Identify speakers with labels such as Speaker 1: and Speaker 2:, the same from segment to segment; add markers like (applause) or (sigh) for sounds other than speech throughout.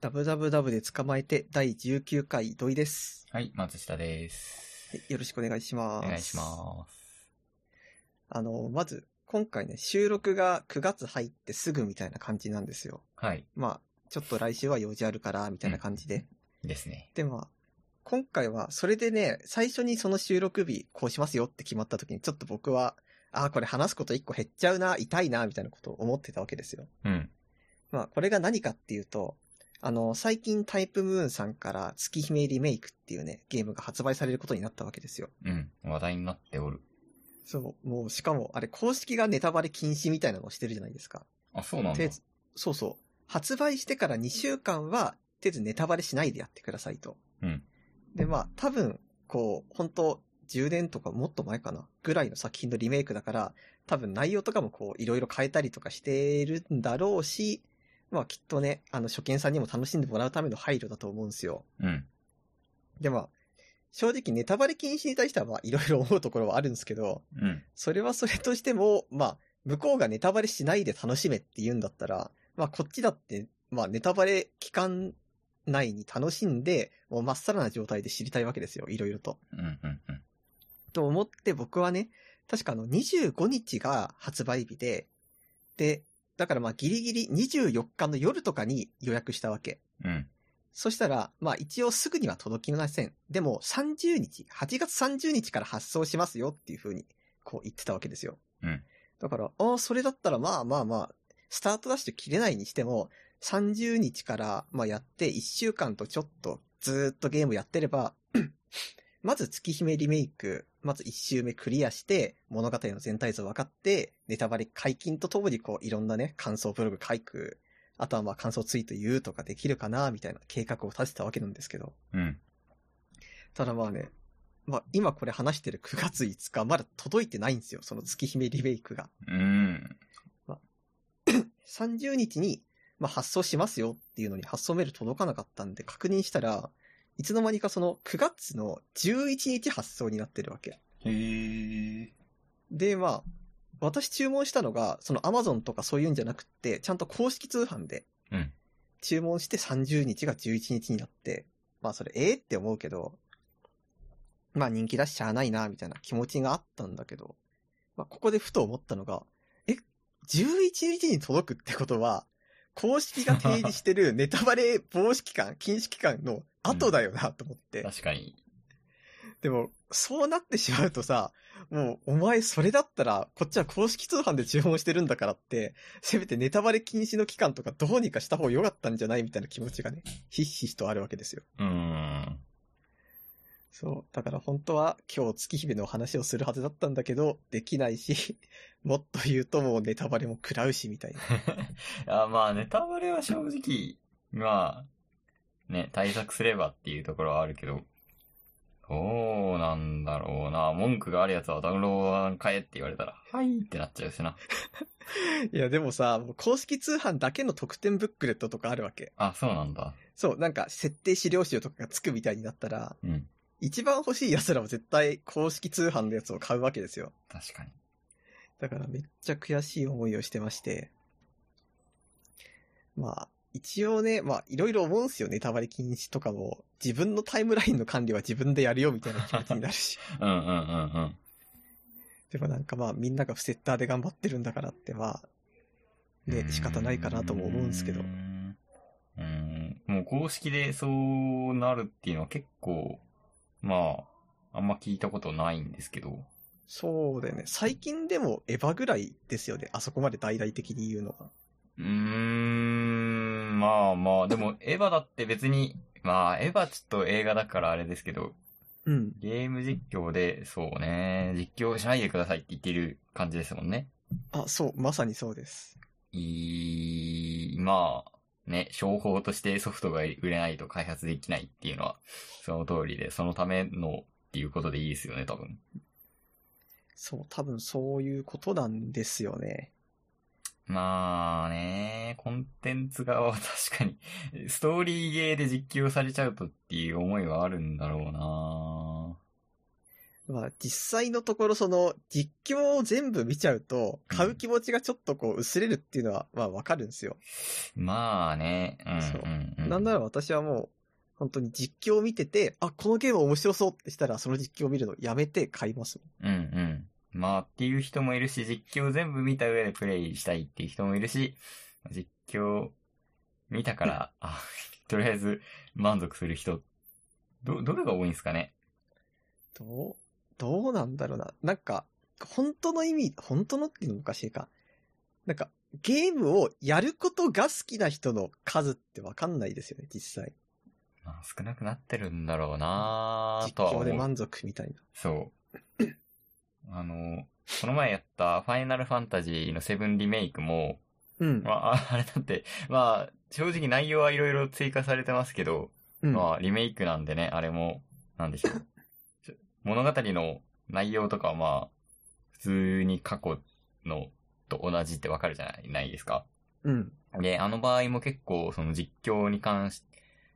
Speaker 1: ダブダブダブで捕まえて第19回土井です、
Speaker 2: はい、松下です。
Speaker 1: はい。よろしくお願いします。
Speaker 2: お願いします。
Speaker 1: あの、まず、今回ね、収録が9月入ってすぐみたいな感じなんですよ。
Speaker 2: はい、
Speaker 1: まあ、ちょっと来週は用事あるから、みたいな感じで。
Speaker 2: ですね。
Speaker 1: で、まあ、今回は、それでね、最初にその収録日、こうしますよって決まった時に、ちょっと僕は、ああ、これ話すこと1個減っちゃうな、痛いな、みたいなことを思ってたわけですよ。
Speaker 2: うん。
Speaker 1: まあ、これが何かっていうと、あの、最近タイプムーンさんから月姫リメイクっていうね、ゲームが発売されることになったわけですよ。
Speaker 2: うん。話題になっておる。
Speaker 1: そう、もう、しかも、あれ、公式がネタバレ禁止みたいなのをしてるじゃないですか。
Speaker 2: あ、そうなんだ
Speaker 1: 手。そうそう。発売してから2週間は、とりあえずネタバレしないでやってくださいと。
Speaker 2: うん。
Speaker 1: で、まあ、多分、こう、本当10年とかもっと前かな、ぐらいの作品のリメイクだから、多分内容とかもこう、いろいろ変えたりとかしてるんだろうし、まあ、きっとね、あの、初見さんにも楽しんでもらうための配慮だと思うんですよ。
Speaker 2: うん。
Speaker 1: で、まあ、正直ネタバレ禁止に対しては、まあ、いろいろ思うところはあるんですけど、
Speaker 2: うん。
Speaker 1: それはそれとしても、まあ、向こうがネタバレしないで楽しめって言うんだったら、まあ、こっちだって、まあ、ネタバレ期間内に楽しんで、もうまっさらな状態で知りたいわけですよ、いろいろと。
Speaker 2: うん。うん。うん。
Speaker 1: と思って僕はね、確かあの25日が発売日で、で、だからまあギリギリ24日の夜とかに予約したわけ。
Speaker 2: うん。
Speaker 1: そしたら、まあ一応すぐには届きません。でも30日、8月30日から発送しますよっていう風にこう言ってたわけですよ。
Speaker 2: うん
Speaker 1: だから、ああ、それだったらまあまあまあ、スタートダッシュ切れないにしても、30日からまあやって1週間とちょっとずーっとゲームやってれば、 (clears throat) まず月姫リメイク、まず1周目クリアして、物語の全体像分かって、ネタバレ解禁とともにこういろんなね、感想ブログ書く、あとはまあ感想ツイート言うとかできるかな、みたいな計画を立てたわけなんですけど。
Speaker 2: うん。
Speaker 1: ただまあね、まあ今これ話してる9月5日、まだ届いてないんですよ、その月姫リメイクが。
Speaker 2: うん。
Speaker 1: 30日に、まあ、発送しますよっていうのに発送メール届かなかったんで確認したら、いつの間にかその9月の11日発送になってるわけ。
Speaker 2: へー。
Speaker 1: で、まあ、私注文したのが、その Amazon とかそういうんじゃなくって、ちゃんと公式通販で
Speaker 2: うん。
Speaker 1: 注文して30日が11日になって、まあそれええって思うけど、まあ人気出しちゃあないな、みたいな気持ちがあったんだけど、まあここでふと思ったのが、え、11日に届くってことは、公式が提示してるネタバレ防止期間、禁止期間の後だよな、と思って。
Speaker 2: 確かに。
Speaker 1: でも、そうなってしまうとさ、もう、お前それだったら、こっちは公式通販で注文してるんだからって、せめてネタバレ禁止の期間とかどうにかした方が良かったんじゃないみたいな気持ちがね、ひっひしとあるわけですよ。
Speaker 2: うーん。 (laughs)
Speaker 1: そう。だから本当は今日月姫のお話をするはずだったんだけど、できないし、もっと言うともうネタバレも食らうしみたいな。
Speaker 2: あまあ、ネタバレは正直、まあ、ね、対策すればっていうところはあるけど、どうなんだろうな。文句があるやつはダウンロード買えって言われたら、はいってなっちゃうしな。
Speaker 1: いやでもさ、もう公式通販だけの特典ブックレットとかあるわけ。
Speaker 2: あ、そうなんだ。
Speaker 1: そう、なんか設定資料集とかがつくみたいになったら、
Speaker 2: うん。
Speaker 1: 一番欲しい奴らは絶対公式通販のやつを買うわけですよ。
Speaker 2: 確かに。
Speaker 1: だからめっちゃ悔しい思いをしてまして。まあ、一応ね、まあいろいろ思うんすよ、ネタバレ禁止とかも。自分のタイムラインの管理は自分でやるよみたいな気持ちになる (laughs) し。
Speaker 2: うんうんうん
Speaker 1: でもなんかまあみんながフセッターで頑張ってるんだからってまあ、
Speaker 2: うん。
Speaker 1: ね、仕方ないかなとも思うんですけど
Speaker 2: うー。ん。うーんもう公式でそうなるっていうのは結構、まあ、あんま聞いたことないんですけど。
Speaker 1: そうだよね。最近でもエヴァぐらいですよね。あそこまで大々的に言うのは。
Speaker 2: うーん、まあまあ、でもエヴァだって別に、まあエヴァちょっと映画だからあれですけど、
Speaker 1: うん。
Speaker 2: ゲーム実況で、そうね、実況しないでくださいって言ってる感じですもんね。
Speaker 1: あ、そう、まさにそうです。
Speaker 2: いい、まあ、ね、商法としてソフトが売れないと開発できないっていうのは、その通りで、そのためのっていうことでいいですよね、多分。
Speaker 1: そう、多分そういうことなんですよね。
Speaker 2: まあね、コンテンツ側は確かに、 (laughs) ストーリーゲーで実況されちゃうとっていう思いはあるんだろうな
Speaker 1: まあ、実際のところ、その、実況を全部見ちゃうと、買う気持ちがちょっとこう、薄れるっていうのは、まあ、わかるんですよ。
Speaker 2: まあね、うん、
Speaker 1: そうん
Speaker 2: うん。
Speaker 1: なんなら私はもう、本当に実況を見てて、あ、このゲーム面白そうってしたら、その実況を見るのやめて買います。
Speaker 2: うんうん。まあっていう人もいるし、実況全部見た上でプレイしたいっていう人もいるし、実況見たから、あ、とりあえず満足する人、ど、どれが多いんですかね
Speaker 1: どう、どうなんだろうな。なんか、本当の意味、本当のっていうのもおかしいか。なんか、ゲームをやることが好きな人の数ってわかんないですよね、実際。
Speaker 2: まあ少なくなってるんだろうな
Speaker 1: 実
Speaker 2: とは
Speaker 1: 況
Speaker 2: 思
Speaker 1: で
Speaker 2: う。
Speaker 1: 満足みたいな。
Speaker 2: そう。あの、この前やったファイナルファンタジーのセブンリメイクも、
Speaker 1: うん
Speaker 2: ま。あ、ああれだって、まあ、正直内容はいろいろ追加されてますけど、
Speaker 1: うん。
Speaker 2: まあ、リメイクなんでね、あれも、なんでし
Speaker 1: (laughs)
Speaker 2: ょう。ちょ物語の内容とかはまあ、普通に過去のと同じってわかるじゃないないですか。
Speaker 1: うん。
Speaker 2: で、あの場合も結構、その実況に関し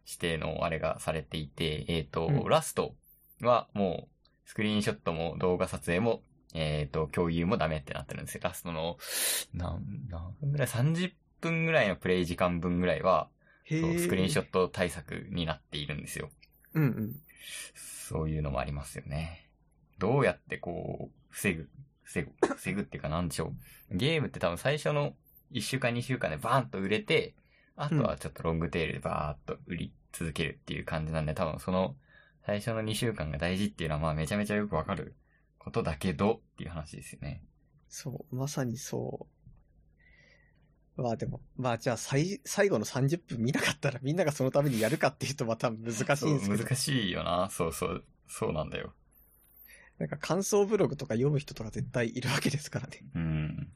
Speaker 2: してのあれがされていて、えっ、と、
Speaker 1: うん
Speaker 2: ラストはもう、スクリーンショットも動画撮影も、えっ、と、共有もダメってなってるんですよ。ラストの、なん、何分ぐらい ?30 分ぐらいのプレイ時間分ぐらいは、
Speaker 1: へ
Speaker 2: そう
Speaker 1: え。
Speaker 2: スクリーンショ
Speaker 1: ット。
Speaker 2: ット対策になっているんですよ。
Speaker 1: うんうん。
Speaker 2: そういうのもありますよね。どうやってこう、防ぐ、防ぐ、 (coughs) 防ぐっていうかなんでしょう。ゲームって多分最初の1週間2週間でバーンと売れて、あとはちょっとロングテールでバーっと売り続けるっていう感じなんで、多分その最初の2週間が大事っていうのはまあめちゃめちゃよくわかることだけどっていう話ですよね。
Speaker 1: そう、まさにそう。まあでも、まあじゃあ最、最後の30分見なかったらみんながそのためにやるかっていうとまた難しいんです
Speaker 2: そう
Speaker 1: けど。
Speaker 2: 難しいよな。そうそう。そうなんだよ。
Speaker 1: なんか感想ブログとか読む人とか絶対いるわけですからね。
Speaker 2: うん。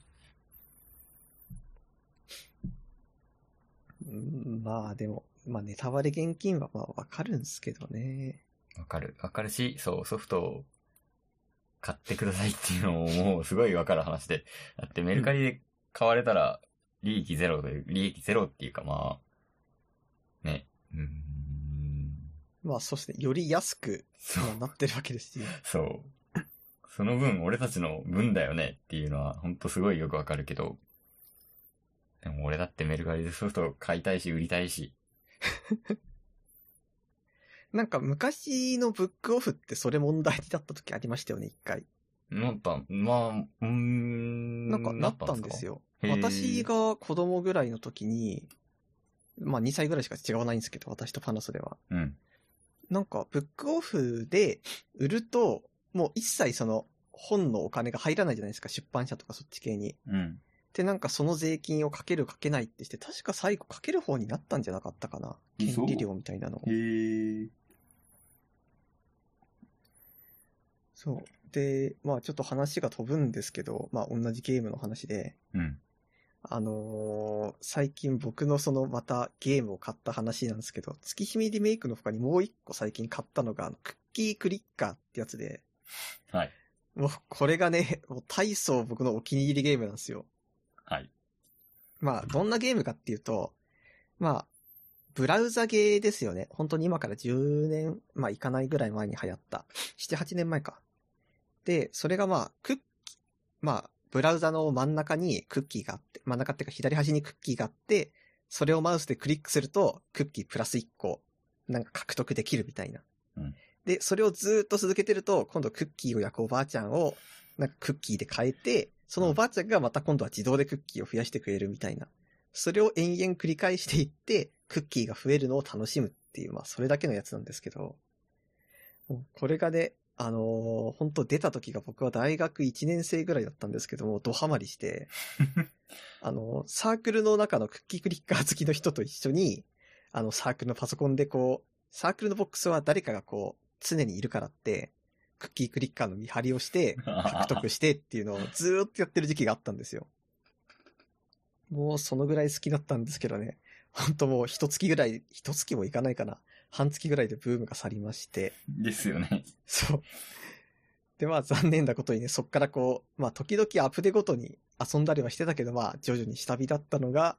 Speaker 1: うんまあでも、まあネタバレ現金はまあわかるんですけどね。
Speaker 2: わかる。わかるし、そう、ソフトを買ってくださいっていうのももうすごいわかる話で。だってメルカリで買われたら利益ゼロという、利益ゼロっていうかまあ、ね、うーん、
Speaker 1: まあそうですね、より安く
Speaker 2: そう、
Speaker 1: まあなってるわけですし。
Speaker 2: そう。その分俺たちの分だよねっていうのはほんとすごいよくわかるけど。でも俺だってメルカリでソフト買いたいし売りたいし。
Speaker 1: なんか昔のブックオフってそれ問題になった時ありましたよね、一回。
Speaker 2: なった、まあ、うーん。
Speaker 1: なんかなったんですよ。
Speaker 2: へー
Speaker 1: 私が子供ぐらいの時に、まあ2歳ぐらいしか違わないんですけど、私とパナソでは。
Speaker 2: うん。
Speaker 1: なんか、ブックオフで売ると、もう一切その本のお金が入らないじゃないですか、出版社とかそっち系に。
Speaker 2: うん。
Speaker 1: で、なんかその税金をかけるかけないってして、確か最後かける方になったんじゃなかったかな。
Speaker 2: 嘘
Speaker 1: 権利料みたいなのを
Speaker 2: へー。
Speaker 1: そう。で、まあちょっと話が飛ぶんですけど、まあ同じゲームの話で、
Speaker 2: うん。
Speaker 1: あのー最近僕のそのまたゲームを買った話なんですけど、月姫リメイクの他にもう一個最近買ったのが、あのクッキークリッカーってやつで、
Speaker 2: はい。
Speaker 1: もうこれがね、もう大層僕のお気に入りゲームなんですよ。
Speaker 2: はい。
Speaker 1: まあ、どんなゲームかっていうと、まあ、ブラウザゲーですよね。本当に今から10年、まあ、いかないぐらい前に流行った。7、8年前か。で、それがまあ、クッキー、まあ、ブラウザの真ん中にクッキーがあって、真ん中っていうか左端にクッキーがあって、それをマウスでクリックすると、クッキープラス1個、なんか獲得できるみたいな。
Speaker 2: うん
Speaker 1: で、それをずーっと続けてると、今度クッキーを焼くおばあちゃんを、なんかクッキーで変えて、そのおばあちゃんがまた今度は自動でクッキーを増やしてくれるみたいな。それを延々繰り返していって、クッキーが増えるのを楽しむっていう、まあ、それだけのやつなんですけど、もうこれがね、あのー本当出た時が僕は大学1年生ぐらいだったんですけども、ドハマりして、あのーサークルの中のクッキークリッカー好きの人と一緒に、あの、サークルのパソコンでこう、サークルのボックスは誰かがこう、常にいるからって、クッキークリッカーの見張りをして、獲得してっていうのをずーっとやってる時期があったんですよ。もうそのぐらい好きだったんですけどね。ほんともう一月ぐらい、一月もいかないかな。半月ぐらいでブームが去りまして。
Speaker 2: ですよね。 (laughs)
Speaker 1: そう。で、まあ残念なことにね、そっからこう、まあ時々アップデごとに遊んだりはしてたけど、まあ徐々に下火だったのが、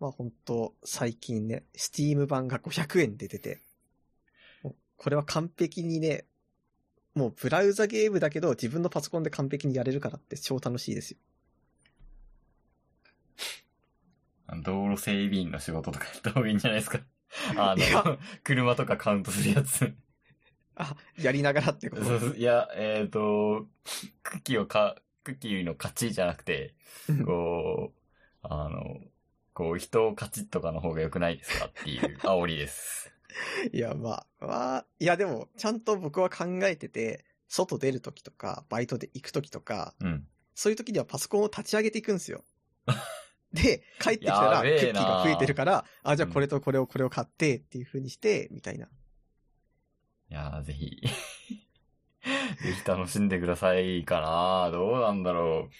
Speaker 1: まあ本当最近ね、スティーム版が500円で出て、もうこれは完璧にね、もうブラウザゲームだけど自分のパソコンで完璧にやれるからって超楽しいですよ。
Speaker 2: 道路整備員の仕事とかやった方がいいんじゃない
Speaker 1: (laughs)
Speaker 2: ですか。あ
Speaker 1: いや
Speaker 2: の、車とかカウントするやつ。
Speaker 1: あ、やりながらってこと。
Speaker 2: そうそういや、えっ、と、クッキーをか、クッキーの勝ちじゃなくて、こう、あの、こう、人を勝ちとかの方が良くないですかっていう煽りです。
Speaker 1: (laughs) いや、まあ、まあ、いやでも、ちゃんと僕は考えてて、外出るときとか、バイトで行くときとか、
Speaker 2: うん。
Speaker 1: そういうときにはパソコンを立ち上げていくんです
Speaker 2: (laughs)
Speaker 1: よ。で、帰ってきたら
Speaker 2: や、
Speaker 1: ク
Speaker 2: べえな
Speaker 1: ッキーが増えてるから、あ、じゃあ
Speaker 2: うん
Speaker 1: これとこれをこれを買って、っていう風にして、みたいな。
Speaker 2: いやー、ぜひ、 (laughs) ぜひ楽しんでくださいかなどうなんだろ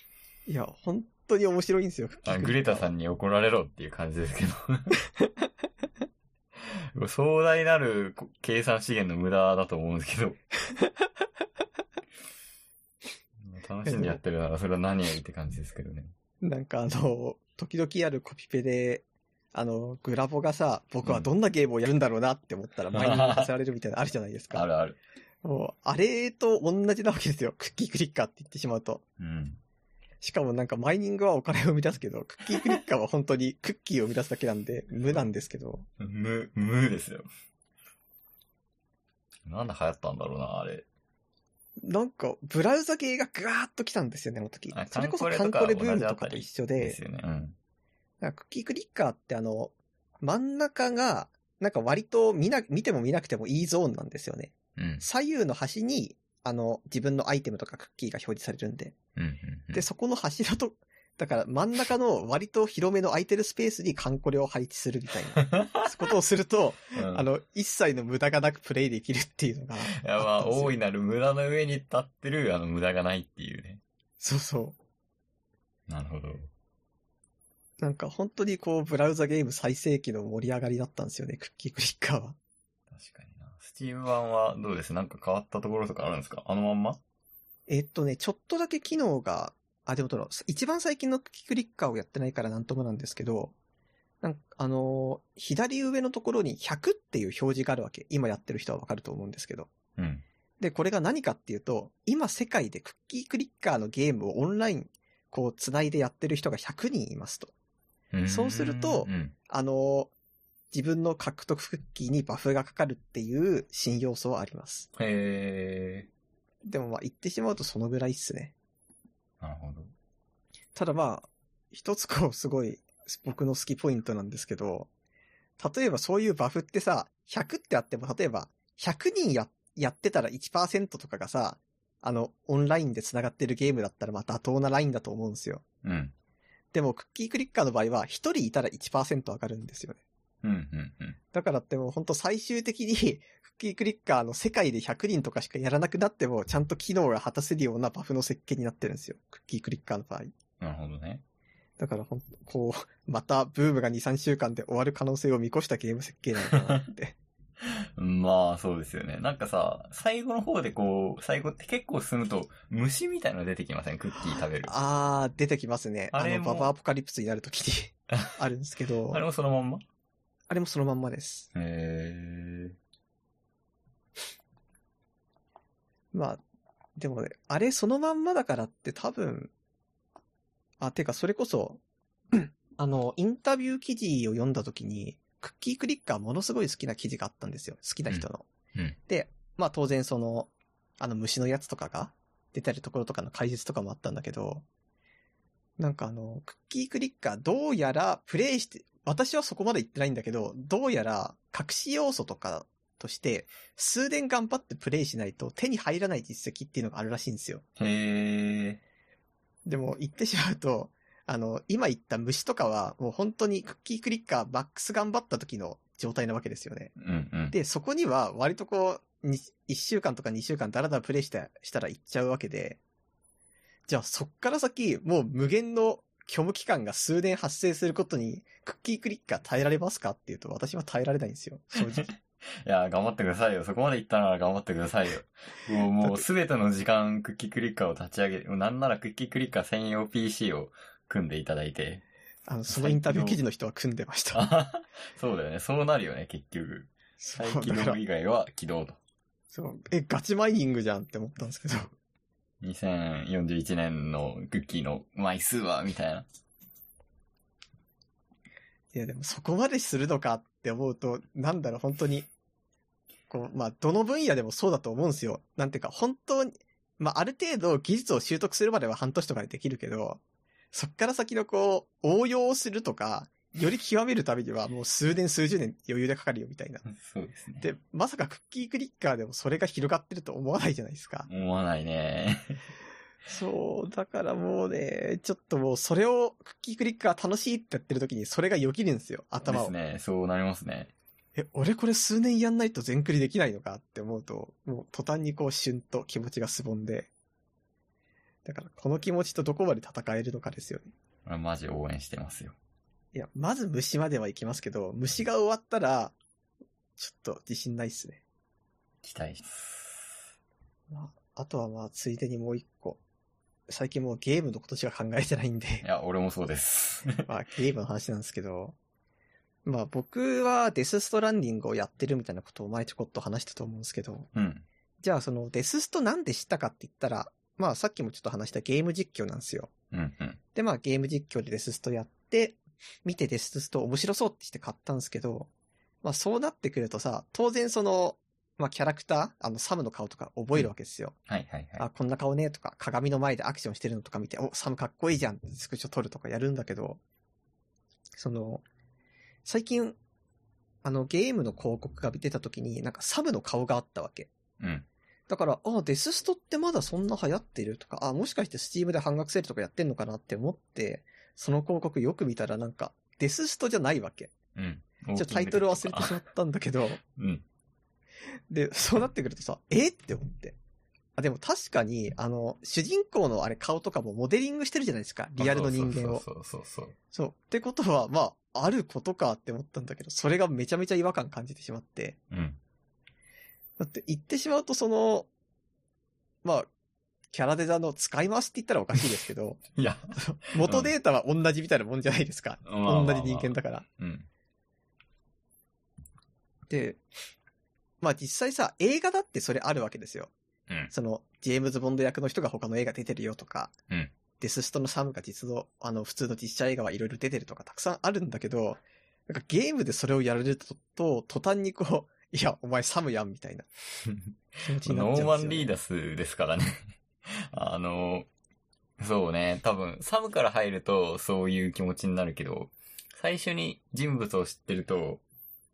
Speaker 1: いや、本当に面白いんですよ。
Speaker 2: う。あグレタさ
Speaker 1: ん。
Speaker 2: んに怒られろっていう感じですけど。 (laughs) 壮大なるこ計算資源の無駄だと思うんですけど。 (laughs) 楽しんでやってるならそれは何よりって感じですけどね。
Speaker 1: なんかあの、時々あるコピペで、あの、グラボがさ、僕はどんなゲームをやるんだろうなって思ったら、
Speaker 2: (laughs) うん
Speaker 1: 毎日させられるみたいなのあるじゃないです
Speaker 2: あ
Speaker 1: か。
Speaker 2: るある。
Speaker 1: もう、あれと同じなわけですよ。クッキークリッカーって言ってしまうと。
Speaker 2: うん。
Speaker 1: しかもなんかマイニングはお金を生み出すけど、クッキークリッカーは本当にクッキーを生み出すだけなんで、無なんですけど。
Speaker 2: 無、無ですよ。なんで流行ったんだろうな、あれ。
Speaker 1: なんか、ブラウザ系がぐわーっと来たんですよね、あの時
Speaker 2: あ。
Speaker 1: それこそ
Speaker 2: カ
Speaker 1: カ
Speaker 2: ン
Speaker 1: ン
Speaker 2: コ
Speaker 1: コレ
Speaker 2: レと
Speaker 1: ブ
Speaker 2: か
Speaker 1: ームとかと一緒
Speaker 2: で、
Speaker 1: です
Speaker 2: よね。うん。
Speaker 1: なんかクッキークリッカーってあの、真ん中が、なんか割と見な、見ても見なくてもいいゾーンなんですよね。
Speaker 2: うん。
Speaker 1: 左右の端に、あの、自分のアイテムとかクッキーが表示されるんで。
Speaker 2: うんうんうん。
Speaker 1: で、そこの柱と、だから真ん中の割と広めの空いてるスペースにカンコレを配置するみたいな
Speaker 2: (laughs)
Speaker 1: ことをすると、
Speaker 2: うん
Speaker 1: あの、一切の無駄がなくプレイできるっていうのが。
Speaker 2: いやま
Speaker 1: あっ
Speaker 2: あ、
Speaker 1: たんですよ
Speaker 2: 大いなる無駄の上に立ってる、あの、無駄がないっていうね。
Speaker 1: そうそ
Speaker 2: なるほど。
Speaker 1: う。なんか本当にこう、ブラウザゲーム最盛期の盛り上がりだったんですよね、クッキークリッカーは。
Speaker 2: 確かにな。スチーム版はどうですなんか変わったところとかあるんですかあのまんま
Speaker 1: えっとね、ちょっとだけ機能が、あ、でもどうだろう一番最近のクッキークリッカーをやってないからなんともなんですけど、なんかあのー左上のところに100っていう表示があるわけ。今やってる人はわかると思うんですけど。
Speaker 2: うん。
Speaker 1: で、これが何かっていうと、今世界でクッキークリッカーのゲームをオンライン、こう、繋いでやってる人が100人いますと。
Speaker 2: ん
Speaker 1: そうすると
Speaker 2: うん。
Speaker 1: あの、自分の獲得クッキーにバフがかかるっていう新要素はあります。
Speaker 2: へ
Speaker 1: でもまあ言ってしまうとそのぐらいっすね。
Speaker 2: ー。なるほど。
Speaker 1: ただまあ、一つこうすごい僕の好きポイントなんですけど、例えばそういうバフってさ、100ってあっても例えば100人ややってたら1%とかがさ、あの、オンラインで繋がってるゲームだったらまあ妥当なラインだと思うんですよ。
Speaker 2: うん。
Speaker 1: でもクッキークリッカーの場合は1人いたら1%上がるんですよね。
Speaker 2: うん、うん、うん。
Speaker 1: だからってもう本当最終的に (laughs) 、クッキークリッカーの世界で100人とかしかやらなくなっても、ちゃんと機能が果たせるようなバフの設計になってるんですよ。クッキークリッカーの場合。
Speaker 2: なるほどね。
Speaker 1: だからほんと、こう、またブームが2、3週間で終わる可能性を見越したゲーム設計なのかな
Speaker 2: (laughs)
Speaker 1: って。
Speaker 2: まあ、そうですよね。なんかさ、最後の方でこう、最後って結構進むと、虫みたいなの出てきませんクッキー食べる。
Speaker 1: あー、出てきますね。あ
Speaker 2: あれ
Speaker 1: の、
Speaker 2: も
Speaker 1: ババアポカリプスになるときに (laughs) あるんですけど
Speaker 2: あ、れもそのまんま
Speaker 1: あれもそのまんまです。
Speaker 2: へ
Speaker 1: まあ、でもね、あれそのまんまだからって多分、あ、てかそれこそ、 (clears throat) あの、インタビュー記事を読んだ時に、クッキークリッカーものすごい好きな記事があったんですよ。好きな人の。
Speaker 2: うんうん
Speaker 1: で、まあ当然その、あの虫のやつとかが出てるところとかの解説とかもあったんだけど、なんかあの、クッキークリッカーどうやらプレイして、私はそこまで行ってないんだけど、どうやら隠し要素とかとして、数年頑張ってプレイしないと手に入らない実績っていうのがあるらしいんですよ。
Speaker 2: ー。へー。
Speaker 1: でも言ってしまうと、あの、今言った虫とかはもう本当にクッキークリッカーマックス頑張った時の状態なわけですよね。
Speaker 2: うん、うん。
Speaker 1: で、そこには割とこう、に1週間とか2週間だらだらプレイしたしたら行っちゃうわけで、じゃあそっから先、もう無限の虚無期間が数年発生することに、クッキークリッカー耐えられますかっていうと私は耐えられないんですよ、正
Speaker 2: (laughs)
Speaker 1: 直。
Speaker 2: いやー、頑張ってくださいよ。そこまで行ったなら頑張ってくださいよ。もう、もうすべての時間、クッキークリッカーを立ち上げて、なんならクッキークリッカー専用 PC を組んでいただいて。 (laughs)
Speaker 1: あの、そのインタビュー記事の人は組んでました。
Speaker 2: あそうだよね。そうなるよね、結局。
Speaker 1: そ
Speaker 2: 再
Speaker 1: う、
Speaker 2: 起
Speaker 1: だから
Speaker 2: 動以外は起動と。
Speaker 1: そう、え、ガチマイニングじゃんって思ったんですけど。
Speaker 2: 2041年のクッキーの枚数は、みたいな。 (laughs)
Speaker 1: いや、でもそこまでするのかって思うと、なんだろう、本当に。こう、まあ、どの分野でもそうだと思うんですよ。なんていうか、本当に、まあ、ある程度技術を習得するまでは半年とかでできるけど、そっから先のこう、応用をするとか、より極めるためにはもう数年数十年余裕でかかるよみたいな。
Speaker 2: そうですね。
Speaker 1: で、まさかクッキークリッカーでもそれが広がってると思わないじゃないですか。
Speaker 2: 思わないね。
Speaker 1: そう、だからもうね、ちょっともうそれをクッキークリッカー楽しいってやってる時にそれがよぎるんですよ、頭
Speaker 2: で
Speaker 1: を。
Speaker 2: すね。そうなりますね。
Speaker 1: え、俺これ数年やんないと全クリできないのかって思うと、もう途端にこう旬と気持ちがすぼんで。だからこの気持ちとどこまで戦えるのかですよね。
Speaker 2: 俺マジ応援してますよ。
Speaker 1: いや、まず虫まではいきますけど、虫が終わったら、ちょっと自信ないっすね。
Speaker 2: 期待します。
Speaker 1: まあ、あとはまあ、ついでにもう一個。最近もうゲームのことしか考えてないんで。
Speaker 2: いや、俺もそうです。 (laughs)
Speaker 1: まあ、ゲームの話なんですけど、まあ僕はデスストランディングをやってるみたいなことを前ちょこっと話したと思うんですけど、
Speaker 2: うん。
Speaker 1: じゃあそのデスストなんで知ったかって言ったら、まあさっきもちょっと話したゲーム実況なんですよ。
Speaker 2: うん、うん。
Speaker 1: でまあゲーム実況でデスストやって、見てデススト面白そうってして買ったんですけど、まあそうなってくるとさ、当然その、まあキャラクター、あのサムの顔とか覚えるわけですよ。
Speaker 2: はいはいは
Speaker 1: あ、こんな顔ねとか、鏡の前でアクションしてるのとか見て、お、サムかっこいいじゃんってスクショ撮るとかやるんだけど、その、最近、あの、ゲームの広告が出た時に、なんかサムの顔があったわけ。
Speaker 2: い。うん。
Speaker 1: だから、あ、デスストってまだそんな流行ってるとか、あ、もしかしてスチームで半額セールとかやってんのかなって思って、その広告よく見たらなんか、デスストじゃないわけ。
Speaker 2: うん。
Speaker 1: じゃタイトル忘れてし
Speaker 2: た。
Speaker 1: まったんだけど、
Speaker 2: うん。
Speaker 1: で、そうなってくるとさ、えって思って。あ、でも確かに、あの、主人公のあれ顔とかもモデリングしてるじゃないですか。リアルの人間を。そう
Speaker 2: そうそうそうそうそう。
Speaker 1: ってことは、まあ、あることかって思ったんだけど、それがめちゃめちゃ違和感感じてしまって。
Speaker 2: うん。
Speaker 1: だって言ってしまうと、その、まあ、キャラデザの使い回しって言ったらおかしいですけど、
Speaker 2: いや、
Speaker 1: 元データは同じみたいなもんじゃないですか。
Speaker 2: まあまあまあ
Speaker 1: 同じ人間だから。
Speaker 2: うん。
Speaker 1: で、まあ実際さ、映画だってそれあるわけですよ。
Speaker 2: うん。
Speaker 1: その、ジェームズ・ボンド役の人が他の映画出てるよとか、
Speaker 2: うん
Speaker 1: デスストのサムが実の、あの、普通の実写映画はいろいろ出てるとかたくさんあるんだけど、なんかゲームでそれをやられると、と途端にこう、 (laughs) いや、お前サムやんみたいな気持ちになっ
Speaker 2: ノ
Speaker 1: ち
Speaker 2: ー
Speaker 1: ゃう
Speaker 2: マ
Speaker 1: ん
Speaker 2: ン
Speaker 1: です
Speaker 2: リ
Speaker 1: よ、
Speaker 2: ー
Speaker 1: ね。
Speaker 2: ダスですからね。 (laughs) あの、そうね、多分、サムから入るとそういう気持ちになるけど、最初に人物を知ってると、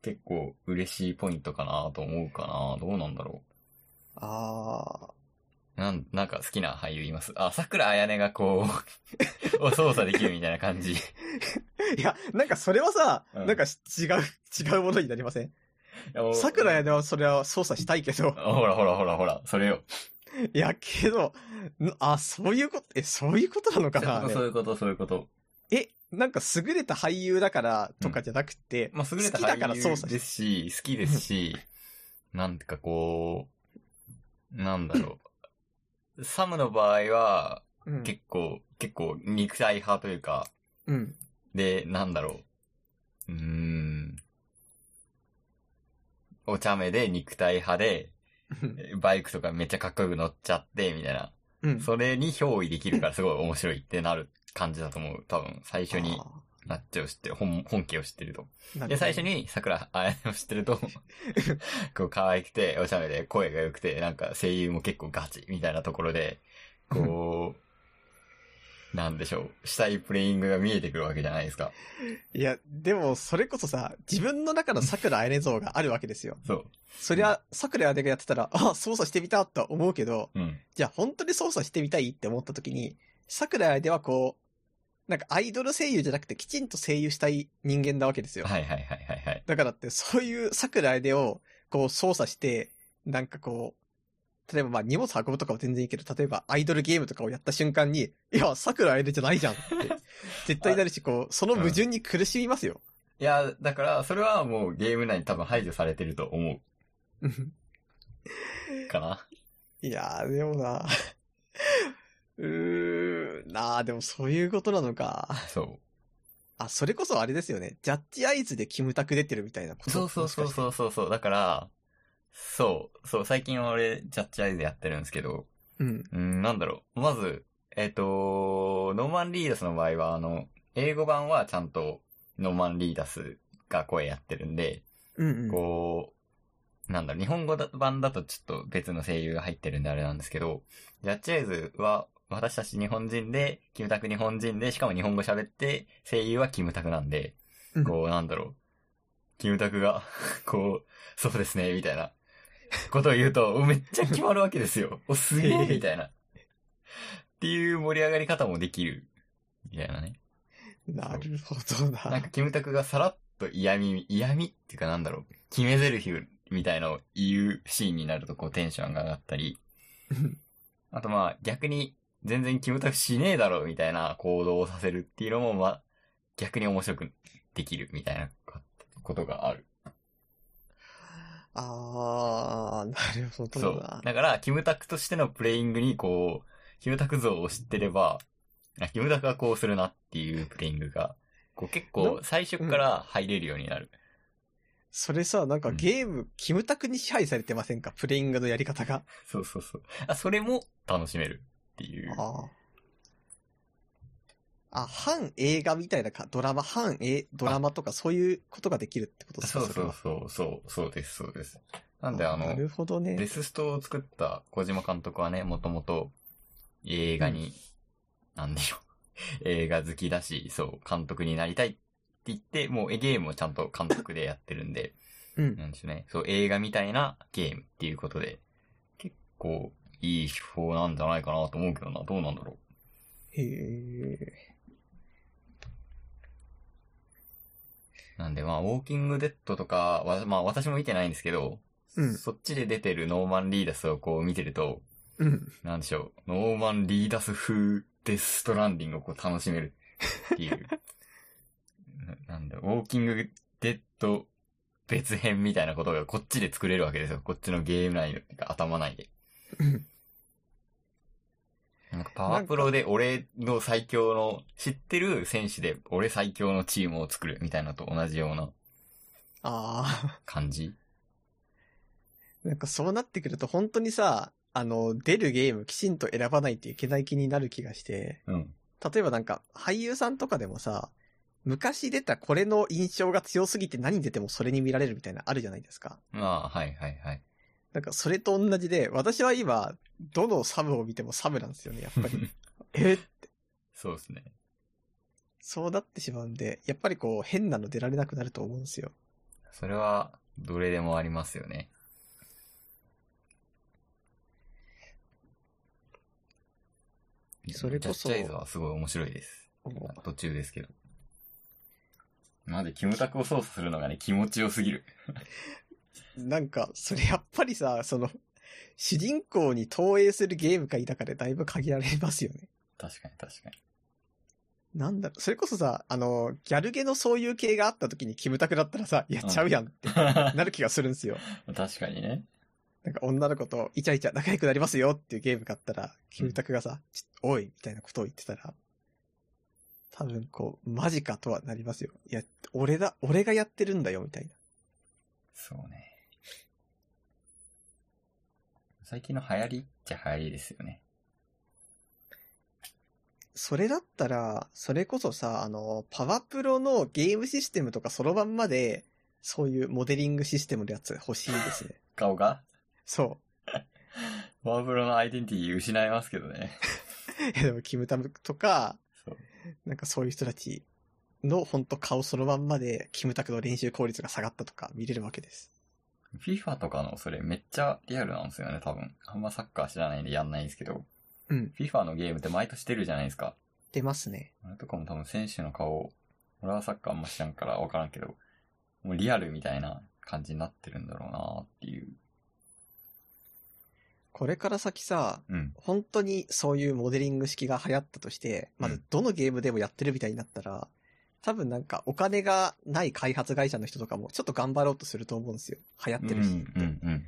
Speaker 2: 結構嬉しいポイントかなと思うかなどうなんだろ
Speaker 1: あ
Speaker 2: う。なん、なんか好きな俳優います。あ、桜彩音がこ
Speaker 1: (laughs)
Speaker 2: う、を操作できるみたいな感じ。
Speaker 1: ー。いや、なんかそれはさ、
Speaker 2: うん
Speaker 1: なんかし違う、違うものになりません桜やではそれは操作したいけど、
Speaker 2: あほらほらほらほら、それよ。
Speaker 1: いや、けど、んあ、そういうこと、え、そういうことなのかなあれ
Speaker 2: そういうこと、そういうこと。
Speaker 1: え、なんか優れた俳優だからとかじゃなくて、
Speaker 2: まあ、優れた
Speaker 1: 好きだから
Speaker 2: 俳
Speaker 1: 操作し
Speaker 2: 優ですし、好きですし、なんかこう、なんだろう。サムの場合は、
Speaker 1: うん
Speaker 2: 結構、結構、肉体派というか、
Speaker 1: うん。
Speaker 2: で、なんだろう。うーん。お茶目で肉体派で、バイクとかめっちゃかっこよく乗っちゃって、みたいな。
Speaker 1: うん。
Speaker 2: それに憑依できるからすごい面白いってなる感じだと思う。多分、最初に
Speaker 1: あ
Speaker 2: ラッチを知って、本、本家を知ってると。
Speaker 1: ー。なるほど
Speaker 2: で、最初。に桜あやを知ってると、こう可愛くて、おしゃれで、声が良くて、なんか声優も結構ガチみたいなところで、こう、なんでしょう、したいプレイングが見えてくるわけじゃないですか。
Speaker 1: いや、でも、それこそさ、自分の中の桜あやね像があるわけですよ。
Speaker 2: そう。
Speaker 1: そりゃ、桜あやねがやってたら、あ、操作してみたとは思うけど、
Speaker 2: うん。
Speaker 1: じゃあ本当に操作してみたいって思った時に、桜あやねはこう、なんかアイドル声優じゃなくてきちんと声優したい人間なわけですよ。
Speaker 2: はいはいはいはいはい。
Speaker 1: だからって、そういう桜あやねを、こう操作して、なんかこう、例えばまあ荷物運ぶとかは全然いいけど、例えばアイドルゲームとかをやった瞬間に、いや、桜あやねじゃないじゃん (laughs) って、絶対なるし、こう、その矛盾に苦しみますよ。
Speaker 2: いや、だから、それはもうゲーム内に多分排除されてると思うかな。
Speaker 1: いやー、でもな。 (laughs) うーん、なあ、でもそういうことなのか。
Speaker 2: そ
Speaker 1: あ、それこそあれですよね。ジャッジアイズでキムタク出てるみたいなこと。
Speaker 2: う。そうそうそう
Speaker 1: う。
Speaker 2: そうそうそう。だから、そう、そう、最近は俺、ジャッジアイズやってるんですけど、
Speaker 1: うん。
Speaker 2: うん、なんだろう。まず、えっ、と、ノーマンリーダスの場合は、あの、英語版はちゃんとノーマンリーダスが声やってるんで、
Speaker 1: うんうん。
Speaker 2: こう、なんだろう、日本語だ版だとちょっと別の声優が入ってるんであれなんですけど、ジャッジアイズは私たち日本人で、キムタク日本人で、しかも日本語喋って、声優はキムタクなんで、
Speaker 1: うん
Speaker 2: こう、なんだろう、キムタクが、 (laughs) こう、そうですね、みたいな、ことを言うと、おめっちゃ決まるわけですよ。お、すげえ、みたいな。っていう盛り上がり方もできる。みたいなね。
Speaker 1: なるほどな。
Speaker 2: なんか、キムタクがさらっと嫌味、嫌味っていうかなんだろう、決めゼルヒュみたいのを言うシーンになるとこうテンションが上がったり、
Speaker 1: うん
Speaker 2: あとまあ逆に全然キムタクしねえだろみたいな行動をさせるっていうのもまあ逆に面白くできるみたいなことがある。
Speaker 1: あー、なるほ
Speaker 2: そ
Speaker 1: ど
Speaker 2: う
Speaker 1: な。。
Speaker 2: だから、キムタクとしてのプレイングにこう、キムタク像を知ってれば、あキムタクはこうするなっていうプレイングが、こう結構最初から入れるようになる。
Speaker 1: それさ、なんか
Speaker 2: うん
Speaker 1: ゲーム、キムタクに支配されてませんかプレイングのやり方が。
Speaker 2: そうそうそう。あ、それも楽しめるっていう。
Speaker 1: あーあ、反映画みたいなか、ドラマ、反映、ドラマとかそういうことができるってことですか
Speaker 2: そう
Speaker 1: れ
Speaker 2: そう
Speaker 1: は
Speaker 2: そう、そう、そうです、そうです。なんであ
Speaker 1: な
Speaker 2: の、
Speaker 1: るほど
Speaker 2: デ
Speaker 1: ね。
Speaker 2: スストを作った小島監督はね、もともと映画に、なんでしょう。 (laughs) 映画好きだし、そう、監督になりたいって言って、もうえゲームをちゃんと監督でやってるんで、
Speaker 1: うん。
Speaker 2: なんでしょうね。そう、映画みたいなゲームっていうことで、結構いい手法なんじゃないかなと思うけどな、どうなんだろう。
Speaker 1: へえ。
Speaker 2: なんで、まあ、ウォーキングデッドとかは、まあ、私も見てないんですけど、
Speaker 1: うん
Speaker 2: そっちで出てるノーマンリーダスをこう見てると、
Speaker 1: うん。
Speaker 2: なんでしょう、ノーマンリーダス風デスストランディングをこう楽しめるっていう。 (laughs) ななんだ、ウォーキングデッド別編みたいなことがこっちで作れるわけですよ。こっちのゲーム内の、てか頭内で。
Speaker 1: うん
Speaker 2: なんかパワープロで俺の最強の、知ってる選手で俺最強のチームを作るみたいなのと同じような
Speaker 1: あ
Speaker 2: 感じ
Speaker 1: ー。 (laughs) なんかそうなってくると本当にさ、あの、出るゲームきちんと選ばないといけない気になる気がして。
Speaker 2: うん。
Speaker 1: 例えばなんか、俳優さんとかでもさ、昔出たこれの印象が強すぎて何出てもそれに見られるみたいなのあるじゃないですか。
Speaker 2: まあ、はいはい (laughs) はい。
Speaker 1: なんかそれと同じで、私は今、どのサブを見てもサブなんですよね、やっぱり。 (laughs) え
Speaker 2: そうですね。
Speaker 1: そうなってしまうんで、やっぱりこう、変なの出られなくなると思うんですよ。
Speaker 2: それは、どれでもありますよね。
Speaker 1: それこそ
Speaker 2: ジャッジアイズはすごい面白いです。
Speaker 1: もう
Speaker 2: 途中ですけど。まで、キムタクを操作するのがね、気持ちよすぎる。
Speaker 1: なんか、それやっぱりさ、その、主人公に投影するゲームか否かでだいぶ限られますよね。
Speaker 2: 確かに確かに。
Speaker 1: なんだろ、それこそさ、あの、ギャルゲのそういう系があった時にキムタクだったらさ、やっちゃうやんってなる気がするんですよ。
Speaker 2: (laughs) 確かにね。
Speaker 1: なんか女の子とイチャイチャ仲良くなりますよっていうゲーム買ったら、キムタクがさ、ちょっとおいみたいなことを言ってたら、多分こう、マジかとはなりますよ。いや、俺だ、俺がやってるんだよみたいな。
Speaker 2: そうね。最近の流行りっちゃ流行りですよね。
Speaker 1: それだったら、それこそさ、あの、パワプロのゲームシステムとかそろばんまで、そういうモデリングシステムのやつ欲しいですね。 (laughs)
Speaker 2: 顔が
Speaker 1: そ
Speaker 2: ワープロのアイデンティティ失いますけどね。 (laughs)
Speaker 1: う。いやでも、キムタクとか、
Speaker 2: そう。
Speaker 1: なんかそういう人たちのほんと顔そろばんまで、キムタクの練習効率が下がったとか見れるわけです。
Speaker 2: FIFA とかのそれめっちゃリアルなんですよね、多分。あんまサッカー知らないんでやんないんですけど。
Speaker 1: うん。
Speaker 2: FIFA のゲームって毎年出るじゃないですか。
Speaker 1: 出ますね。
Speaker 2: あれとかも多分選手の顔、俺はサッカーあんま知らんからわからんけど、もうリアルみたいな感じになってるんだろうなっていう。
Speaker 1: これから先さ、
Speaker 2: うん。
Speaker 1: 本当にそういうモデリング式が流行ったとして、ま
Speaker 2: う
Speaker 1: ず
Speaker 2: ん
Speaker 1: どのゲームでもやってるみたいになったら、多分なんかお金がない開発会社の人とかもちょっと頑張ろうとすると思うんですよ。流行っ
Speaker 2: うん、
Speaker 1: て
Speaker 2: う
Speaker 1: るしって。っ
Speaker 2: ん、うん。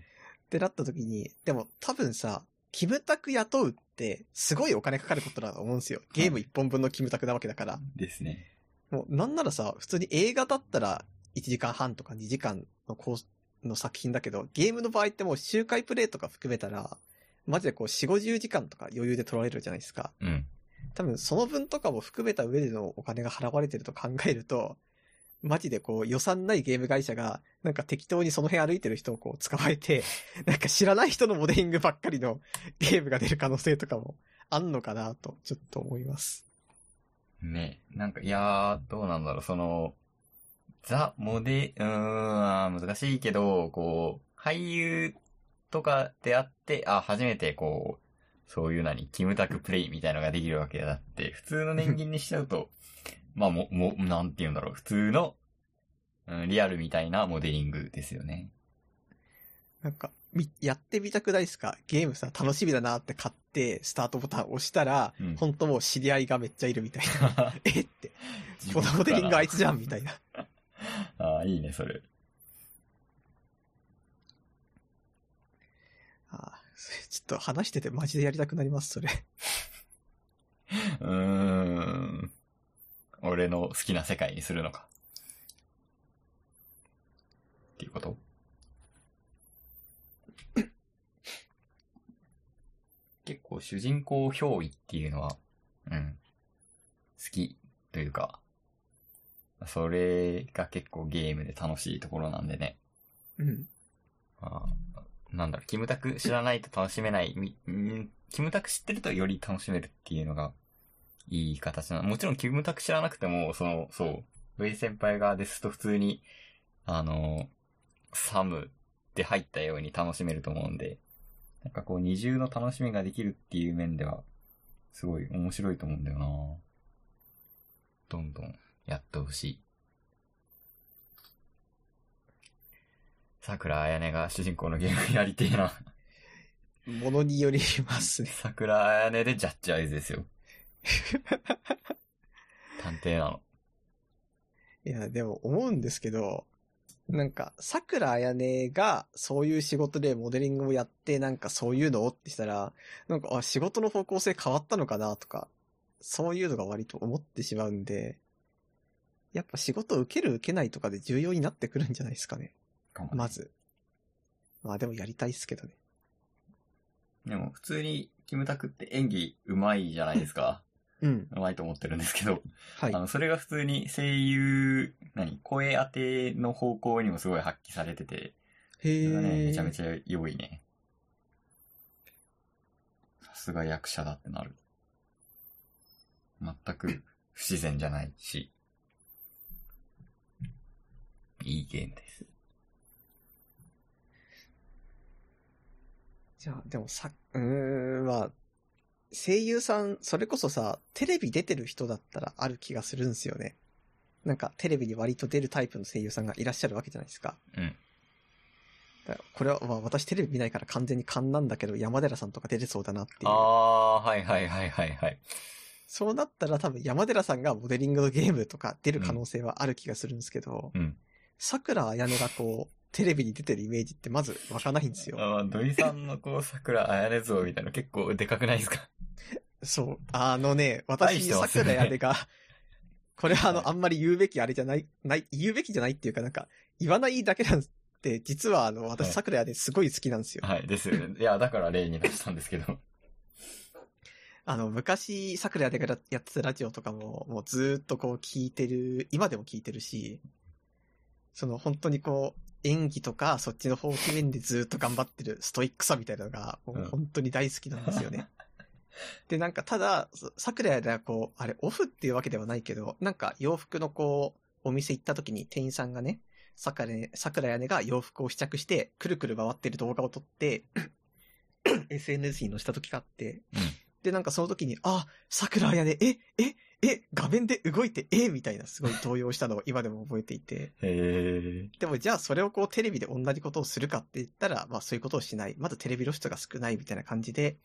Speaker 1: てなった時に、でも多分さ、キムタク雇うってすごいお金かかることだと思うんですよ。ゲーム1本分のキムタクなわけだから。
Speaker 2: ですね。
Speaker 1: もうなんならさ、普通に映画だったら1時間半とか2時間のコース、の作品だけど、ゲームの場合ってもう周回プレイとか含めたら、マジでこう4、50時間とか余裕で取られるじゃないですか。
Speaker 2: うん。
Speaker 1: 多分その分とかも含めた上でのお金が払われてると考えると、マジでこう予算ないゲーム会社が、なんか適当にその辺歩いてる人をこう捕まえて、なんか知らない人のモデリングばっかりのゲームが出る可能性とかもあんのかなと、ちょっと思います。
Speaker 2: ね、なんか、いやー、どうなんだろう、その、ザ・モデ、うーん、難しいけど、こう、俳優とかであって、あ、初めてこう、そういう何、キムタクプレイみたいのができるわけだって、普通の年金にしちゃうと、 (laughs) まあ、も、も、なんて言うんだろう、普通の、うん、リアルみたいなモデリングです
Speaker 1: (laughs)
Speaker 2: よね。
Speaker 1: なんか、みやってみたくないですかゲームさ、楽しみだなって買って、スタートボタン押したら、
Speaker 2: うん
Speaker 1: ほんともう知り合いがめっちゃいるみたいな。
Speaker 2: (laughs)
Speaker 1: えって、
Speaker 2: 地
Speaker 1: こ
Speaker 2: 獄
Speaker 1: の
Speaker 2: かな
Speaker 1: モデリングあいつじゃんみたいな。
Speaker 2: あーいいね、それ。
Speaker 1: あーちょっと話しててマジでやりたくなります、それ。
Speaker 2: うーん。俺の好きな世界にするのか。っていうこと (coughs) 結構主人公憑依っていうのは、うん。好きというか、それが結構ゲームで楽しいところなんでね。
Speaker 1: うん。
Speaker 2: あーなんだろう、キムタク知らないと楽しめない、みんキムタク知ってるとより楽しめるっていうのが、いい形なの。もちろんキムタク知らなくても、その、そう、ウェイ先輩側ですと普通に、あのーサムで入ったように楽しめると思うんで、なんかこう二重の楽しみができるっていう面では、すごい面白いと思うんだよなどんどんやってほしい。桜彩音が主人公のゲームやりてえな。
Speaker 1: ものによりますね。
Speaker 2: 桜彩音でジャッジアイズですよ。探偵なの。
Speaker 1: いや、でも思うんですけど、なんか、桜彩音がそういう仕事でモデリングをやって、なんかそういうのってしたら、なんか、あ、仕事の方向性変わったのかなとか、そういうのが割と思ってしまうんで、やっぱ仕事を受ける受けないとかで重要になってくるんじゃないですかね。
Speaker 2: 頑張れ
Speaker 1: まず。まあでもやりたいっすけどね。
Speaker 2: でも普通にキムタクって演技上手いじゃないですか。
Speaker 1: うん。
Speaker 2: 上手いと思ってるんですけど、
Speaker 1: はい
Speaker 2: あ。の、それが普通に声優、何声当ての方向にもすごい発揮されてて、そ
Speaker 1: へ
Speaker 2: れがね、めちゃめ
Speaker 1: え。
Speaker 2: ちゃ良いね。さすが役者だってなる。全く不自然じゃないし、いいゲームです。
Speaker 1: じゃあ、でもさ、うーん、まあ、声優さん、それこそさ、テレビ出てる人だったらある気がするんですよね。なんか、テレビに割と出るタイプの声優さんがいらっしゃるわけじゃないですか。
Speaker 2: うん。
Speaker 1: だからこれは、まあ、私テレビ見ないから完全に勘なんだけど、山寺さんとか出てそうだなっていう。
Speaker 2: ああー、はいはいはいはいはい。
Speaker 1: そうなったら多分山寺さんがモデリングのゲームとか出る可能性はある気がするんですけど、
Speaker 2: うん。
Speaker 1: 桜彩音がこう、テレビに出てるイメージってまず湧かないんですよ。
Speaker 2: あー土井さんのこう、桜あやね像みたいなの結構でかくないですか
Speaker 1: そう。あのね、
Speaker 2: 愛
Speaker 1: 私、
Speaker 2: してますよね
Speaker 1: 桜屋で
Speaker 2: (laughs)
Speaker 1: が、これはあ
Speaker 2: はい
Speaker 1: の、あんまり言うべきあれじゃない、ない、言うべきじゃないっていうかなんか、言わないだけなんで、実はあの、
Speaker 2: は
Speaker 1: 私、
Speaker 2: い
Speaker 1: 桜屋ですごい好きなんですよ。
Speaker 2: (laughs) はい、ですよね。いや、だから例に出したんですけど。
Speaker 1: あの、昔、桜屋でがやってたラジオとかも、もうずーっとこう聞いてる、今でも聞いてるし、その本当にこう、演技とか、そっちの方面でずーっと頑張ってるストイックさみたいなのが、も
Speaker 2: うん
Speaker 1: う本当に大好きなんですよ (laughs) ね。で、なんか、ただ、そ桜屋ではこう、あれ、オフっていうわけではないけど、なんか、洋服のこう、お店行った時に店員さんがね、桜屋桜屋根が洋服を試着して、くるくる回ってる動画を撮って、SNS に載せた時があって
Speaker 2: うん、
Speaker 1: で、なんかその時に、あ、桜屋根、え、え、え、画面で動いて、え、みたいな、すごい動揺したのを (laughs) 今でも覚えていて、
Speaker 2: へえ。
Speaker 1: でもじゃあそれをこうテレビで同じことをするかって言ったら、まあそういうことをしない。まずテレビ露出が少ないみたいな感じで、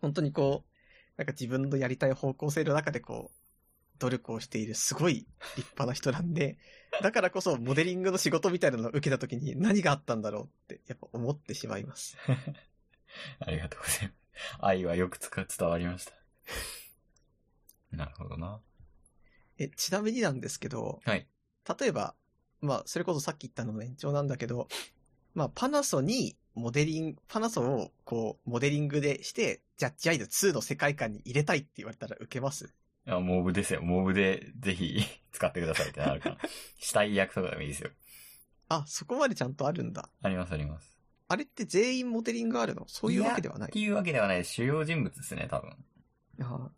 Speaker 1: 本当にこう、なんか自分のやりたい方向性の中でこう、努力をしているすごい立派な人なんで、 (laughs) だからこそモデリングの仕事みたいなのを受けた時に何があったんだろうってやっぱ思ってしまいます。
Speaker 2: ありがとうございます。愛はよくつか伝わりました。なるほどな。
Speaker 1: え、ちなみになんですけど、
Speaker 2: はい。
Speaker 1: 例えば、まあ、それこそさっき言ったのの延長なんだけ
Speaker 2: (laughs)
Speaker 1: ど、まあ、パナソにモデリング、パナソをこう、モデリングでして、ジャッジアイズ2の世界観に入れたいって言われたら受けます
Speaker 2: いや、モブですよ。モブで、ぜひ、 (laughs) 使ってくださいってなるから。死体役とかでもいいですよ。
Speaker 1: あ、そこまでちゃんとあるんだ。
Speaker 2: あります、あります。
Speaker 1: あれって全員モデリングあるのそういうわけではない
Speaker 2: って。いうわけではない。主要人物ですね、多分。
Speaker 1: ああ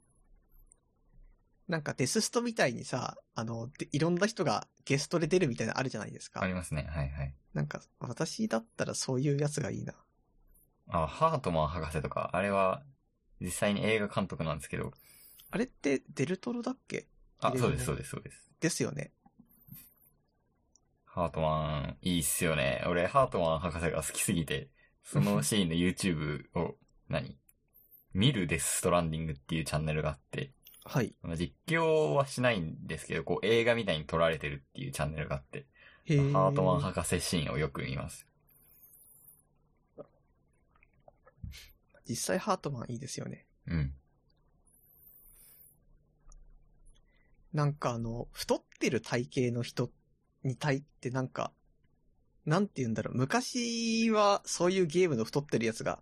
Speaker 1: なんかデスストみたいにさ、あの、でいろんな人がゲストで出るみたいなのあるじゃないですか
Speaker 2: あ。りますね。はいはい。
Speaker 1: なんか、私だったらそういうやつがいいな。
Speaker 2: あ、ハートマン博士とか、あれは、実際に映画監督なんですけど。
Speaker 1: あれってデルトロだっけ
Speaker 2: あ、
Speaker 1: いる
Speaker 2: そ
Speaker 1: よ
Speaker 2: う
Speaker 1: ね
Speaker 2: です、そうです、そうです。
Speaker 1: ですよね。
Speaker 2: ハートマン、いいっすよね。俺、ハートマン博士が好きすぎて、そのシーンの YouTube を、何見るデスストランディングっていうチャンネルがあって、
Speaker 1: はい。
Speaker 2: まあ実況はしないんですけど、こう映画みたいに撮られてるっていうチャンネルがあって、
Speaker 1: へー
Speaker 2: ハートマン博士シーンをよく見ます。
Speaker 1: 実際ハートマンいいですよね。
Speaker 2: うん。
Speaker 1: なんかあの、太ってる体型の人に対ってなんか、なんて言うんだろう、昔はそういうゲームの太ってるやつが、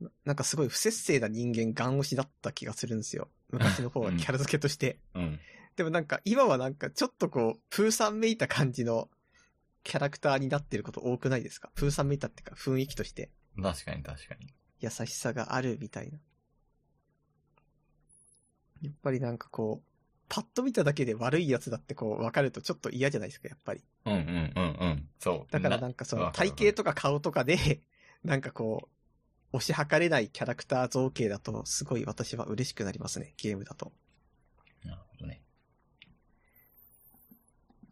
Speaker 1: ななんかすごい不節制な人間ガン押しだった気がするんですよ。昔の方はキャラ付けとして。
Speaker 2: うん。
Speaker 1: でもなんか今はなんかちょっとこう、プーさんめいた感じのキャラクターになってること多くないですかプーさんめいたっていうか雰囲気として
Speaker 2: 確かに確かに。
Speaker 1: 優しさがあるみたいな。やっぱりなんかこう、パッと見ただけで悪いやつだってこう分かるとちょっと嫌じゃないですか、やっぱり。
Speaker 2: うんうんうんうん。そう。
Speaker 1: だからなんかその
Speaker 2: わか
Speaker 1: 体
Speaker 2: るわかる
Speaker 1: 型とか顔とかで、 (laughs) なんかこう、推し量れないキャラクター造形だとすごい私は嬉しくなりますね、ゲームだと。
Speaker 2: なるほどね。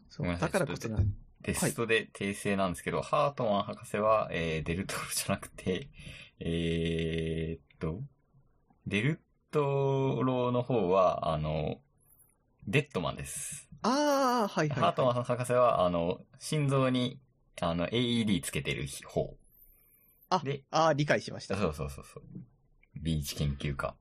Speaker 1: そ
Speaker 2: ごめん
Speaker 1: う、
Speaker 2: なさ
Speaker 1: だ
Speaker 2: い
Speaker 1: からこそな
Speaker 2: ちょっ、テストで訂正なんですけど、ハートマン博士は、えー、デルトロじゃなくて、 (laughs) えー、っと、デルトロの方は、あの、デッドマンです。
Speaker 1: ああ、はいはい、はい。
Speaker 2: ハートマン博士は、あの、心臓に、あの、AED つけてる方。
Speaker 1: あ
Speaker 2: で、
Speaker 1: ああ、理解しました。
Speaker 2: そうそうそうそう。ビーチ研究家。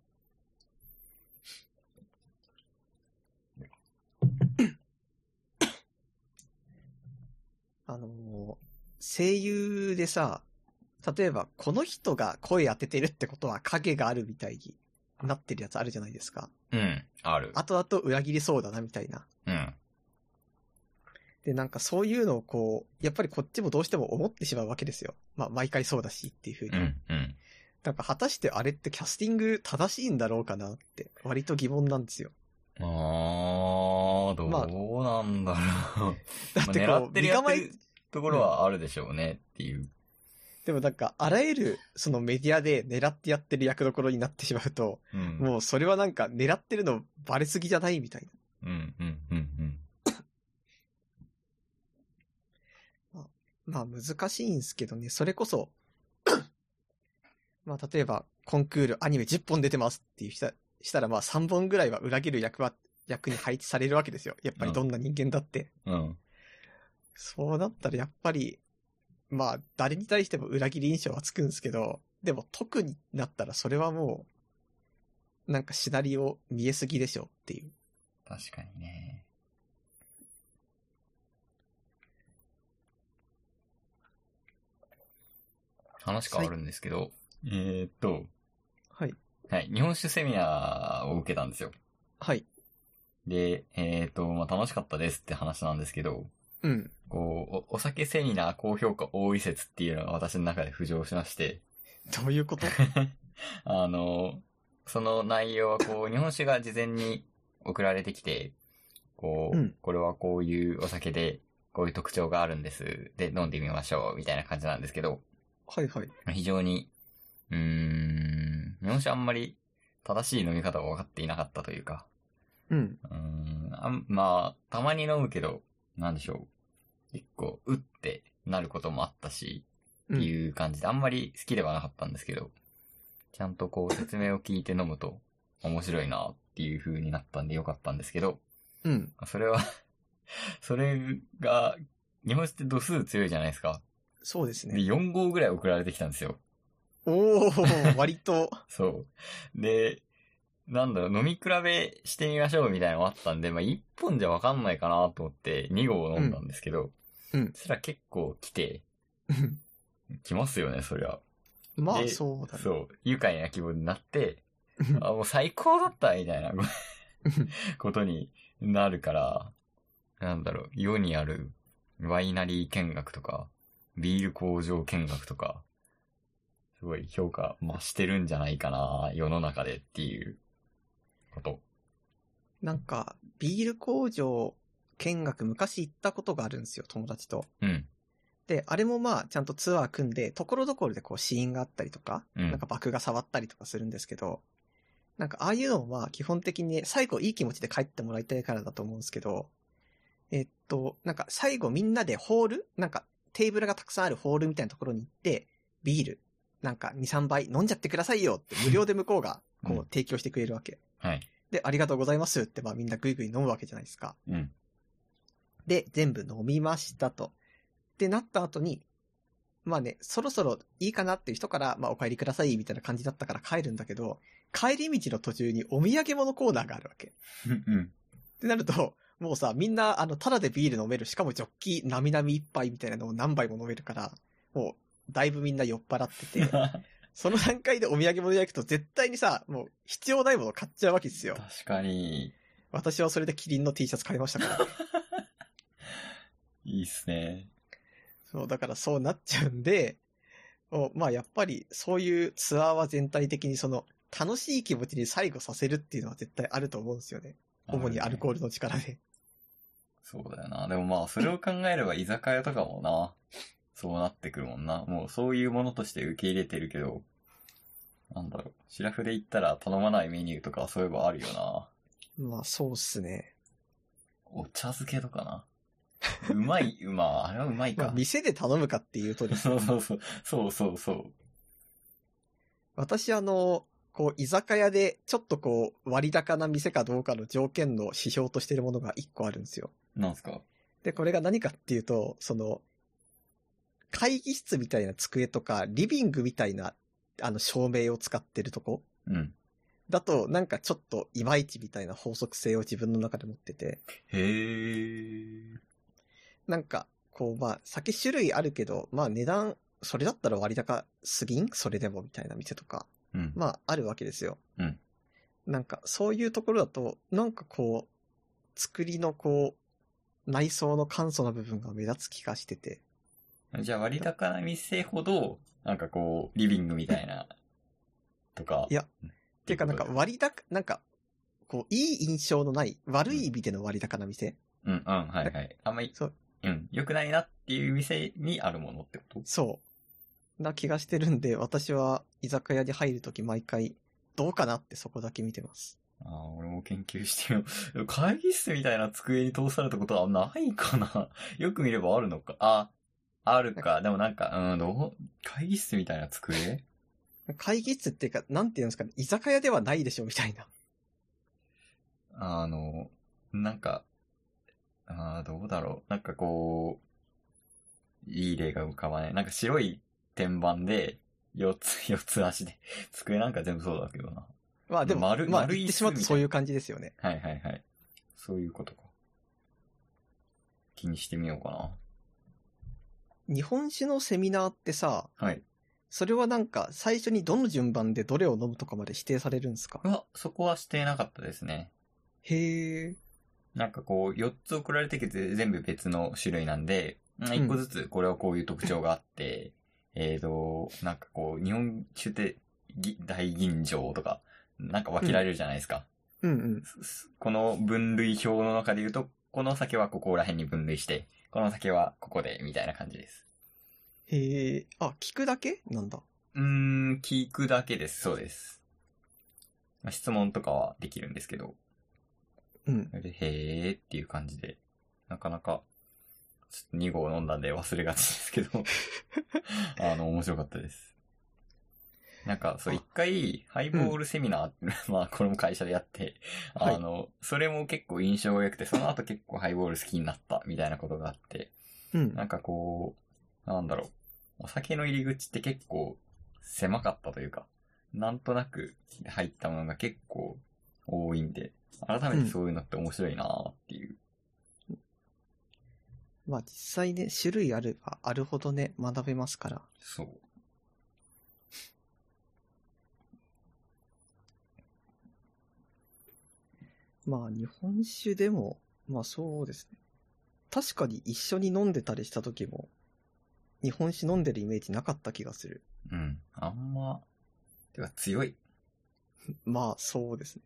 Speaker 1: あのー声優でさ、例えばこの人が声当ててるってことは影があるみたいになってるやつあるじゃないですか。
Speaker 2: うん、ある。
Speaker 1: 後々裏切りそうだなみたいな。
Speaker 2: うん。
Speaker 1: で、なんかそういうのをこう、やっぱりこっちもどうしても思ってしまうわけですよ。まあ、毎回そうだしっていうふうに。
Speaker 2: うん、うん。
Speaker 1: なんか果たしてあれってキャスティング正しいんだろうかなって、割と疑問なんですよ。
Speaker 2: あー、どうなんだろう。
Speaker 1: だって
Speaker 2: まあ
Speaker 1: こ
Speaker 2: 狙っ
Speaker 1: う、
Speaker 2: て
Speaker 1: 身
Speaker 2: るやっ
Speaker 1: 構
Speaker 2: て
Speaker 1: え
Speaker 2: るところはあるでしょうねっていう。
Speaker 1: でもなんか、あらゆる、そのメディアで狙ってやってる役どころになってしまうと、
Speaker 2: うん。
Speaker 1: もうそれはなんか狙ってるのバレすぎじゃないみたいな。
Speaker 2: うん、うん、うん、
Speaker 1: まあ難しいんですけどね、それこそ、 (coughs) まあ例えばコンクールアニメ10本出てますっていうしたしたらまあ3本ぐらいは裏切る役は、役に配置されるわけですよ。やっぱりどんな人間だって。
Speaker 2: うん。うん。
Speaker 1: そうなったらやっぱり、まあ誰に対しても裏切り印象はつくんですけど、でも特になったらそれはもう、なんかシナリオ見えすぎでしょっていう。
Speaker 2: 確かにね。話変わるんですけど、えーっと、
Speaker 1: はい。
Speaker 2: はい、日本酒セミナーを受けたんですよ。
Speaker 1: はい。
Speaker 2: で、えーっと、まあ、楽しかったですって話なんですけど、
Speaker 1: うん。
Speaker 2: こう、おお酒セミナー高評価多い説っていうのが私の中で浮上しまして、
Speaker 1: どういう (laughs) こと
Speaker 2: (laughs) あの、その内容はこう、日本酒が事前に送られてきて、こう、
Speaker 1: うん
Speaker 2: これはこういうお酒で、こういう特徴があるんです。で、飲んでみましょう、みたいな感じなんですけど、
Speaker 1: はいはい。
Speaker 2: 非常に、うーん、日本酒あんまり正しい飲み方が分かっていなかったというか、
Speaker 1: うん。
Speaker 2: うーん、あんまあ、たまに飲むけど、なんでしょう。結構、うってなることもあったし、
Speaker 1: う
Speaker 2: っ
Speaker 1: ん
Speaker 2: ていう感じで、あんまり好きではなかったんですけど、ちゃんとこう説明を聞いて飲むと面白いなっていう風になったんでよかったんですけど、
Speaker 1: うん。
Speaker 2: それは、 (laughs) それが、日本酒って度数強いじゃないですか。
Speaker 1: そうです
Speaker 2: で、
Speaker 1: ね。
Speaker 2: 4号ぐらい送られてきたんですよ。
Speaker 1: おー、割と。
Speaker 2: そう。で、なんだろう、飲み比べしてみましょうみたいなのもあったんで、まあ、1本じゃわかんないかなと思って2号を飲んだんですけど、
Speaker 1: うんうん
Speaker 2: そしたら結構来て、来ますよね、そりゃ。
Speaker 1: まあ、
Speaker 2: で
Speaker 1: そうだね。
Speaker 2: そう、愉快な気分になって、あ、もう最高だったみたいな (laughs) ことになるから、なんだろう、世にあるワイナリー見学とか、ビール工場見学とか、すごい評価増してるんじゃないかな、世の中でっていうこと。
Speaker 1: なんか、ビール工場見学昔行ったことがあるんですよ、友達と。
Speaker 2: うん、
Speaker 1: で、あれもまあ、ちゃんとツアー組んで、ところどころでこう、シーンがあったりとか、
Speaker 2: うん
Speaker 1: なんか爆が触ったりとかするんですけど、なんかああいうのは基本的に最後いい気持ちで帰ってもらいたいからだと思うんですけど、えっと、なんか最後みんなでホールなんかテーブルがたくさんあるホールみたいなところに行って、ビール、なんか2、3杯飲んじゃってくださいよって無料で向こうがこ
Speaker 2: うん
Speaker 1: う提供してくれるわけ。
Speaker 2: はい。
Speaker 1: で、ありがとうございますってまあみんなグイグイ飲むわけじゃないですか。
Speaker 2: うん。
Speaker 1: で、全部飲みましたと。ってなった後に、まあね、そろそろいいかなっていう人から、まあお帰りくださいみたいな感じだったから帰るんだけど、帰り道の途中にお土産物コーナーがあるわ (laughs) け。っ
Speaker 2: うん。
Speaker 1: てなると、もうさ、みんな、あの、タダでビール飲める、しかもジョッキ、なみなみ一杯みたいなのを何杯も飲めるから、もう、だいぶみんな酔っ払ってて、
Speaker 2: (laughs)
Speaker 1: その段階でお土産物屋行くと絶対にさ、もう必要ないもの買っちゃうわけですよ。
Speaker 2: 確かに、
Speaker 1: 私はそれでキリンの T シャツ買いましたから。
Speaker 2: いいっすね。
Speaker 1: そう、だからそうなっちゃうんで、おまあやっぱりそういうツアーは全体的にその楽しい気持ちに最後させるっていうのは絶対あると思うんですよね。主にアルコ
Speaker 2: ール。
Speaker 1: ールの力で。
Speaker 2: そうだよな。でもまあ、それを考えれば居酒屋とかもな、そうなってくるもんな。もうそういうものとして受け入れてるけど、なんだろう。シラフで行ったら頼まないメニューとかそういえばあるよな。
Speaker 1: (laughs) まあそうっすね。
Speaker 2: お茶漬けとかな。うまい、う (laughs) まあ、あれはうまい
Speaker 1: まあ
Speaker 2: か。
Speaker 1: 店で頼むかっていうとですね
Speaker 2: (laughs) そうそうそう。そうそうそう。
Speaker 1: (laughs) 私あの、こう居酒屋でちょっとこう割高な店かどうかの条件の指標としてるものが一個あるんですよ。
Speaker 2: なんすか
Speaker 1: で、これが何かっていうと、その、会議室みたいな机とか、リビングみたいな、あの、照明を使ってるとこ
Speaker 2: うん。
Speaker 1: だと、なんかちょっと、いまいちみたいな法則性を自分の中で持ってて、
Speaker 2: へー。
Speaker 1: なんか、こう、まあ、酒種類あるけど、まあ、値段、それだったら割高すぎんそれでもみたいな店とか、
Speaker 2: うん。
Speaker 1: まあ、あるわけですよ。
Speaker 2: うん
Speaker 1: なんか、そういうところだと、なんかこう、作りのこう、内装の簡素な部分が目立つ気がしてて、
Speaker 2: じゃあ割高な店ほど、なんかこう、リビングみたいな、とか。
Speaker 1: いやっていうかなんか割高、なんか、こう、いい印象のない、悪い意味での割高な店、
Speaker 2: うん、うん、はいはい。あんまり、
Speaker 1: そう
Speaker 2: うん、良くないなっていう店にあるものってこと
Speaker 1: そう。な気がしてるんで、私は居酒屋に入るとき毎回、どうかなってそこだけ見てます。
Speaker 2: ああ、俺も研究してよ。 (laughs) でも会議室みたいな机に通されたことはないかな (laughs) よく見ればあるのか。あ、あるか。でもなんか、うん、どう、会議室みたいな机
Speaker 1: 会議室っていうか、なんていうんですかね、居酒屋ではないでしょ、みたい
Speaker 2: (laughs)
Speaker 1: な。
Speaker 2: あの、なんか、あーどうだろう。なんかこう、いい例が浮かばない。なんか白い天板で、四つ、四つ足で。机なんか全部そうだけどな。
Speaker 1: まあでも、
Speaker 2: 丸
Speaker 1: まあ
Speaker 2: 丸い
Speaker 1: 言ってしまうと
Speaker 2: 椅子みたいな
Speaker 1: そういう感じですよね。
Speaker 2: はいはいはい。そういうことか。気にしてみようかな。
Speaker 1: 日本酒のセミナーってさ、
Speaker 2: はい。
Speaker 1: それはなんか、最初にどの順番でどれを飲むとかまで指定されるんですか
Speaker 2: うわ、そこはしてなかったですね。
Speaker 1: へえ。
Speaker 2: なんかこう、4つ送られてきて全部別の種類なんで、1個ずつこれはこういう特徴があって、えーと、なんかこう、日本酒ってぎ大吟醸とか、なんか分けられるじゃないですか。
Speaker 1: うんうん。
Speaker 2: すすこの分類表の中で言うと、この酒はここら辺に分類して、この酒はここで、みたいな感じです。
Speaker 1: へえ。あ、聞くだけなんだ。
Speaker 2: うーん、聞くだけです。そうです。まあ、質問とかはできるんですけど。
Speaker 1: うん。
Speaker 2: で、へーっていう感じで、なかなか、ちょっと2号飲んだんで忘れがちですけ (laughs) ど、あの、面白かったです。なんか、そう、
Speaker 1: あ
Speaker 2: 一回、ハイボールセミナーって、 (laughs) まあ、これも会社でやって、
Speaker 1: はい
Speaker 2: あの、それも結構印象が良くて、その後結構ハイボール好きになった、みたいなことがあって、
Speaker 1: うん。
Speaker 2: なんかこう、なんだろう、お酒の入り口って結構狭かったというか、なんとなく入ったものが結構多いんで、改めてそういうのって面白いなーっていう。
Speaker 1: まあ実際ね、種類あればあるほどね、学べますから。
Speaker 2: そう。
Speaker 1: まあ日本酒でも、まあそうですね。確かに一緒に飲んでたりした時も、日本酒飲んでるイメージなかった気がする。
Speaker 2: うん。あんま、てか強い。
Speaker 1: まあそうですね。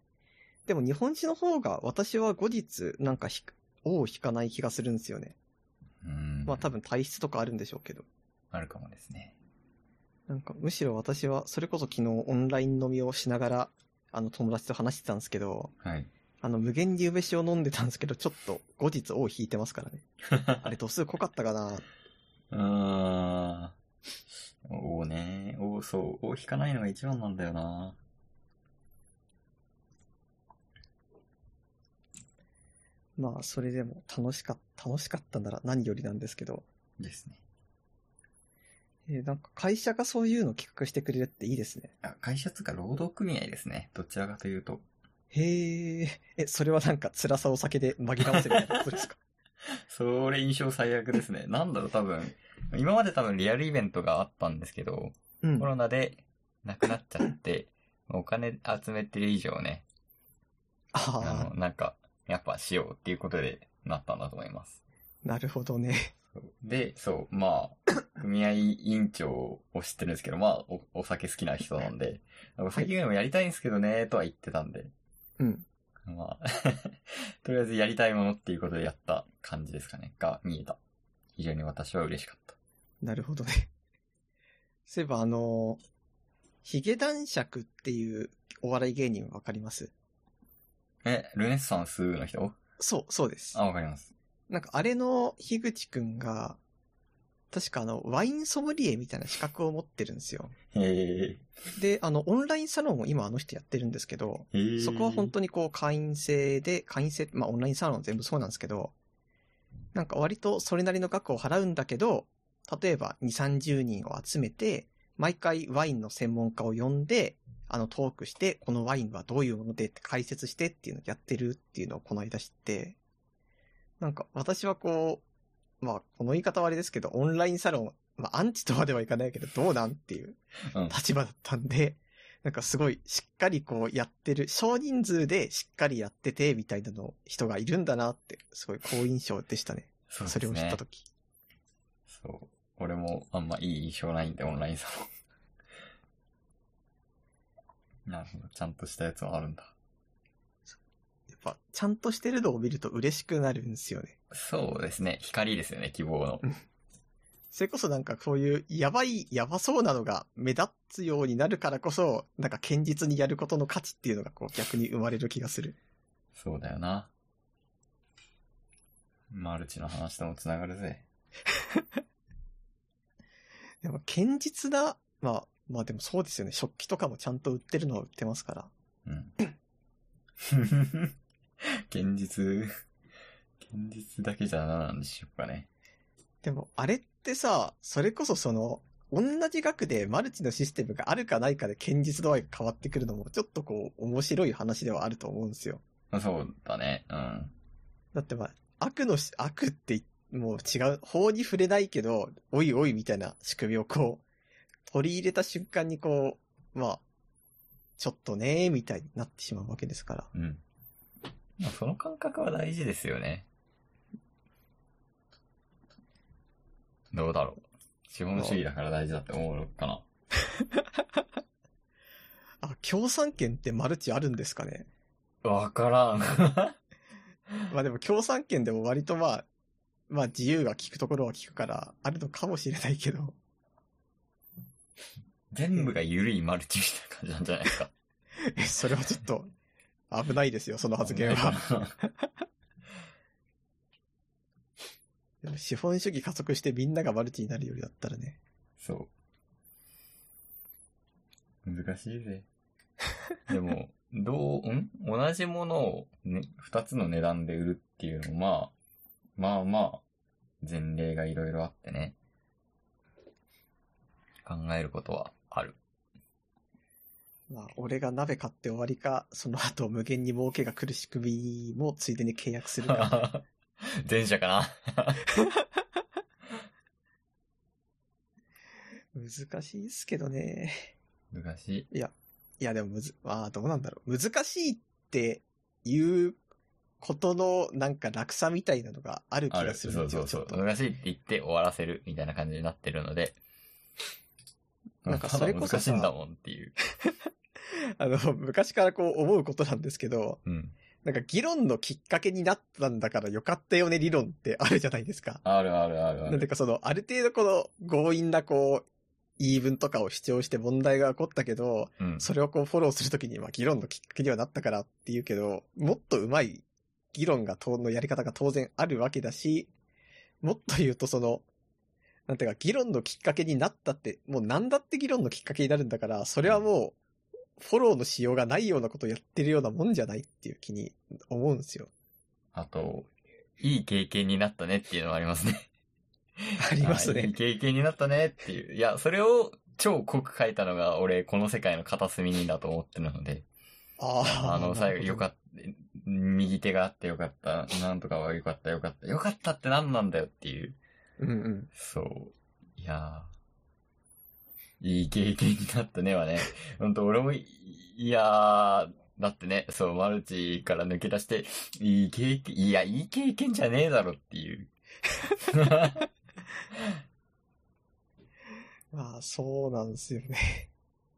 Speaker 1: でも日本酒の方が私は後日なんかひく、尾を引かない気がするんですよね。
Speaker 2: うん。
Speaker 1: まあ多分体質とかあるんでしょうけど。
Speaker 2: あるかもですね。
Speaker 1: なんかむしろ私は、それこそ昨日オンライン飲みをしながら、あの友達と話してたんですけど、
Speaker 2: はい。
Speaker 1: あの無限に梅酒を飲んでたんですけど、ちょっと後日尾を引いてますからね。あれ度数濃かったかな
Speaker 2: (laughs) うーん。おーねおーそう。おー引かないのが一番なんだよな
Speaker 1: まあそれでも楽しかった、楽しかったなら何よりなんですけど、
Speaker 2: ですね。
Speaker 1: えーなんか会社がそういうの企画してくれるっていいですね。
Speaker 2: あ、会社っつうか労働組合ですね。どちらかというと。
Speaker 1: へえ、え、それはなんか辛さを酒で紛らわせるようなことです
Speaker 2: (laughs)
Speaker 1: か
Speaker 2: それ印象最悪で
Speaker 1: (laughs)
Speaker 2: すね。なんだろう、多分。今まで多分リアルイベントがあったんですけど、
Speaker 1: うん
Speaker 2: コ。ロナでなくなっちゃって、お金集めてる以上ね、あ
Speaker 1: ああ、
Speaker 2: の、なんか、やっぱしようっていうことでなったんだと思います。
Speaker 1: なるほどね。
Speaker 2: で、そう、ま
Speaker 1: (coughs)
Speaker 2: あ、組合委員長を知ってるんですけど、まあ、おお酒好きな人なんで、お酒以外もやりたいんですけどね、とは言ってたんで、
Speaker 1: うん。
Speaker 2: まあ、 (laughs) とりあえずやりたいものっていうことでやった感じですかね、が見えた。非常に私は嬉しかった。
Speaker 1: なるほどね。 (laughs) そういえばあの、ヒゲ男爵っていうお笑い芸人わかります
Speaker 2: え、ルネッサンスの人
Speaker 1: そう、そうです。
Speaker 2: あ、わかります。
Speaker 1: なんかあれの樋口くんが、確かあの、ワインソムリエみたいな資格を持ってるんですよ。
Speaker 2: へ
Speaker 1: で、あの、オンラインサロンを今あの人やってるんですけど、
Speaker 2: え。へえ。
Speaker 1: そこは本当にこう会員制で、会員制、まあオンラインサロン全部そうなんですけど、なんか割とそれなりの額を払うんだけど、例えば2、30人を集めて、毎回ワインの専門家を呼んで、あのトークして、このワインはどういうものでって解説してっていうのをやってるっていうのをこの間知って、なんか私はこう、まあこの言い方はあれですけど、オンラインサロン、まあアンチとまではいかないけど、どうなんっていう
Speaker 2: うん
Speaker 1: 立場だったんで、なんかすごいしっかりこうやってる、少人数でしっかりやっててみたいなの人がいるんだなって、すごい好印象でしたね。
Speaker 2: そうで
Speaker 1: そ
Speaker 2: すね
Speaker 1: れを知ったとき。
Speaker 2: そう。俺もあんまいい印象ないんで、オンラインサロン。 (laughs) なるほど。ちゃんとしたやつもあるんだ。
Speaker 1: やっぱ、ちゃんとしてるのを見ると嬉しくなるんですよね。
Speaker 2: そうですね。光ですよね、希望の。
Speaker 1: それこそなんかこういうやばい、やばそうなのが目立つようになるからこそ、なんか堅実にやることの価値っていうのがこう逆に生まれる気がする。
Speaker 2: そうだよな。マルチの話ともつながるぜ。
Speaker 1: でも堅実な、まあ、まあでもそうですよね。食器とかもちゃんと売ってるのは売ってますから。
Speaker 2: うん。 (laughs) 現実、現実だけじゃななんでしょうかね。
Speaker 1: でも、あれってさ、それこそその、同じ額でマルチのシステムがあるかないかで堅実度合いが変わってくるのも、ちょっとこう、面白い話ではあると思うんですよ。
Speaker 2: まあそうだね。うん。
Speaker 1: だってまあ、悪のし、悪ってい、もう違う、法に触れないけど、おいおいみたいな仕組みをこう、取り入れた瞬間にこう、まあ、ちょっとねーみたいになってしまうわけですから。
Speaker 2: うん。まあ、その感覚は大事ですよね。どうだろう。資本主義だから大事だって思うのかな。
Speaker 1: あ、共産権ってマルチあるんですかね
Speaker 2: わからん。
Speaker 1: まあでも共産権でも割とまあ、まあ自由が利くところは利くから、あるのかもしれないけ
Speaker 2: (laughs)
Speaker 1: ど、
Speaker 2: (laughs) 全部が緩いマルチみたいな感じなんじゃないですか。
Speaker 1: えそれはちょっと危ないですよ、その (laughs) 発言は。でも資本主義加速してみんながマルチになるよりだったらね。
Speaker 2: そう。難しいぜ。
Speaker 1: (laughs)
Speaker 2: でも、どう、ん同じものを、ね、二つの値段で売るっていうのも、まあ、まあまあ、前例がいろいろあってね。
Speaker 1: (laughs)
Speaker 2: 考えることはある。
Speaker 1: まあ、俺が鍋買って終わりか、その後無限に儲けが来る仕組みもついでに契約する
Speaker 2: (laughs)
Speaker 1: か。
Speaker 2: 前者かな。
Speaker 1: 難しいっすけどね。
Speaker 2: 難しい。
Speaker 1: いや、いやでもむず、ああ、どうなんだろう。難しいっていうことのなんか落差みたいなのがある気
Speaker 2: ある。
Speaker 1: がす
Speaker 2: そ
Speaker 1: る
Speaker 2: うんそ
Speaker 1: で
Speaker 2: う
Speaker 1: す
Speaker 2: そ
Speaker 1: よ、
Speaker 2: う
Speaker 1: ちょっと。
Speaker 2: 難しいって言って終わらせるみたいな感じになってるので。
Speaker 1: なんかそれこそさ
Speaker 2: 難しいんだもんっていう。
Speaker 1: あの、 (laughs) 昔からこう思うことなんですけど、
Speaker 2: うん。
Speaker 1: なんか議論のきっかけになったんだからよかったよね理論ってあるじゃないですか。
Speaker 2: あるあるあるあ
Speaker 1: なんてい
Speaker 2: る。
Speaker 1: うかその、ある程度この強引なこう、言い分とかを主張して問題が起こったけど、
Speaker 2: うん。
Speaker 1: それをこうフォローするときに、まあ議論のきっかけにはなったからっていうけど、もっと上手い議論がと、のやり方が当然あるわけだし、もっと言うとその、なんていうか、議論のきっかけになったって、もう何だって議論のきっかけになるんだから、それはもう、フォローのしようがないようなことをやってるようなもんじゃないっていう気に思うんですよ。
Speaker 2: あと、いい経験になったねっていうのもありますね。
Speaker 1: (laughs) あります
Speaker 2: あいい
Speaker 1: ね。
Speaker 2: 経験になったねっていう。いや、それを超濃く書いたのが俺、この世界の片隅にだと思ってるので。
Speaker 1: ああ。
Speaker 2: あの、最後、よか
Speaker 1: っ
Speaker 2: った。右手があってよかった。なんとかはよかった、よかった。よかったって何なんだよっていう。
Speaker 1: た。うんうん。
Speaker 2: そう。いやーいい経験になったね
Speaker 1: (laughs)
Speaker 2: はね。ほんと、俺もい、いやーだってね、そう、マルチから抜け出して、いい経験、いや、いい経験じゃねえだろっていう。
Speaker 1: まあ、そうなんですよね。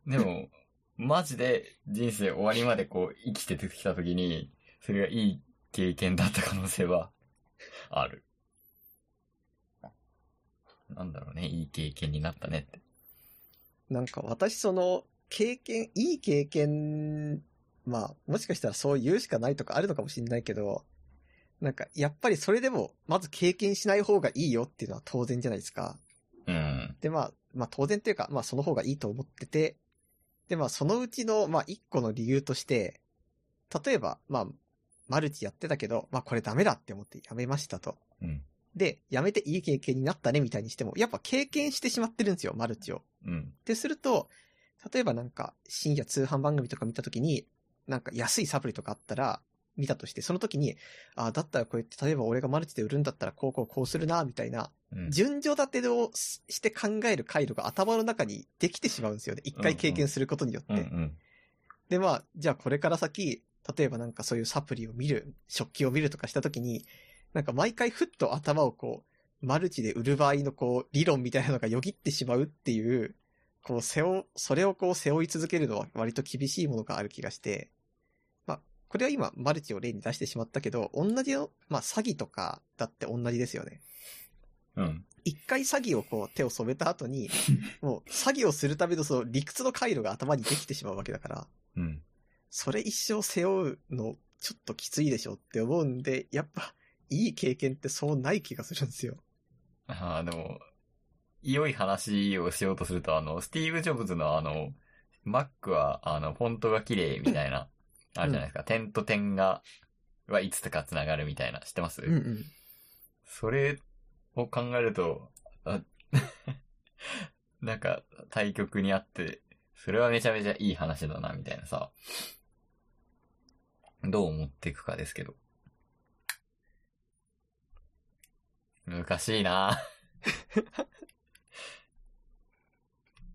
Speaker 2: でも、マジで人生終わりまでこう、生きてきた時に、それがいい経験だった可能性は、ある。なんだろうね、いい経験になったねって。
Speaker 1: なんか私その経験、いい経験、まあもしかしたらそう言うしかないとかあるのかもしれないけど、なんかやっぱりそれでもまず経験しない方がいいよっていうのは当然じゃないですか。
Speaker 2: うん。
Speaker 1: でまあ、まあ当然というか、まあその方がいいと思ってて、でまあそのうちのまあ一個の理由として、例えばまあマルチやってたけど、まあこれダメだって思ってやめましたと。
Speaker 2: うん。
Speaker 1: で、やめていい経験になったねみたいにしても、やっぱ経験してしまってるんですよ、マルチを。
Speaker 2: うん。
Speaker 1: ってすると、例えばなんか深夜通販番組とか見たときに、なんか安いサプリとかあったら、見たとして、その時に、あだったらこうやって、例えば俺がマルチで売るんだったら、こうこうこうするな、みたいな、
Speaker 2: うん
Speaker 1: 順序立てをしして考える回路が頭の中にできてしまうんですよね。一回経験することによって。
Speaker 2: うんうん。
Speaker 1: で、まあ、じゃあこれから先、例えばなんかそういうサプリを見る、食器を見るとかした時に、なんか毎回ふっと頭をこう、マルチで売る場合のこう、理論みたいなのがよぎってしまうっていう、こう、背負、それをこう、背負い続けるのは割と厳しいものがある気がして、まあ、これは今、マルチを例に出してしまったけど、同じよ、まあ、詐欺とかだって同じですよね。
Speaker 2: うん。
Speaker 1: 一回詐欺をこう、手を染めた後に、もう、詐欺をするためのその理屈の回路が頭にできてしまうわけだから、
Speaker 2: うん。
Speaker 1: それ一生背負うの、ちょっときついでしょって思うんで、やっぱ、いい経験ってそうない気がするんですよ。
Speaker 2: ああ、でも、良い話をしようとすると、あの、スティーブ・ジョブズのあの、Mac は、あの、フォントが綺麗みたいな、あるじゃないですか。点と点が、はいつとか繋がるみたいな、知ってます、
Speaker 1: うんうん。
Speaker 2: それを考えると、あ (laughs) なんか、対局にあって、それはめちゃめちゃいい話だな、みたいなさ。どう思っていくかですけど。難しいな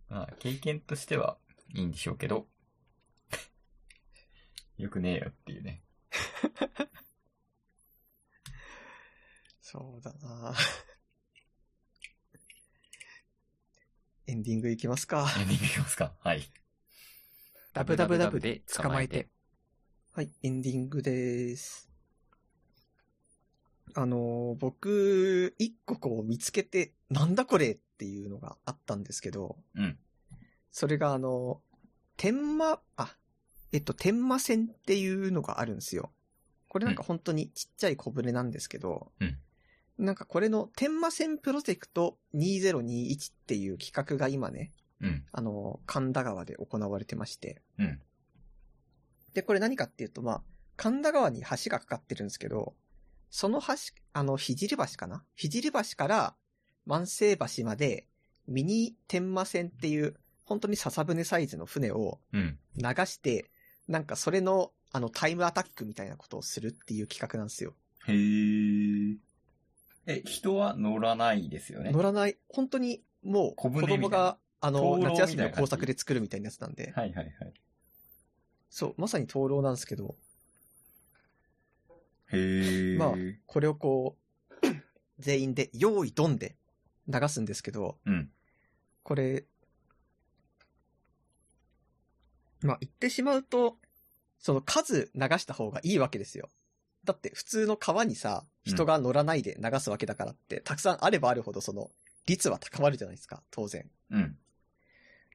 Speaker 2: まあ、経験としてはいいんでしょうけど、よくねえよっていうね。
Speaker 1: そうだなエンディングいきますか。
Speaker 2: エンディングいきますかはい。
Speaker 3: ダブダブダブで捕まえて。
Speaker 1: はい、エンディングです。あのー、僕、一個こう見つけて、なんだこれっていうのがあったんですけど、
Speaker 2: うん。
Speaker 1: それがあのー、天魔、あ、えっと、天魔線っていうのがあるんですよ。これなんか本当にちっちゃい小舟なんですけど、
Speaker 2: うん
Speaker 1: なんかこれの天魔線プロジェクト2021っていう企画が今ね、
Speaker 2: うん。
Speaker 1: あのー、神田川で行われてまして、
Speaker 2: うん。
Speaker 1: で、これ何かっていうと、まあ、神田川に橋がかかってるんですけど、その橋、あの、聖橋かな聖橋から万世橋まで、ミニ天満線っていう、本当に笹船サイズの船を
Speaker 2: うん。
Speaker 1: 流して、なんかそれの、あの、タイムアタックみたいなことをするっていう企画なんですよ。
Speaker 2: へー。え、人は乗らないですよね。
Speaker 1: 乗らない、本当にもう
Speaker 2: 小
Speaker 1: 子
Speaker 2: 舟みたいな
Speaker 1: 供が、あの、
Speaker 2: 灯籠みたい
Speaker 1: 夏
Speaker 2: な
Speaker 1: 休みの工作で作るみたいなやつなんで、
Speaker 2: はいはいはい。
Speaker 1: そう、まさに灯籠なんですけど、
Speaker 2: へー。
Speaker 1: まあこれをこう、 (coughs) 全員で、用意ドンで流すんですけど、
Speaker 2: うん。
Speaker 1: これ、まあ言ってしまうと、その数流した方がいいわけですよ。だって普通の川にさ、人が乗らないで流すわけだからって、たくさんあればあるほどその率は高まるじゃないですか、当然。
Speaker 2: うん。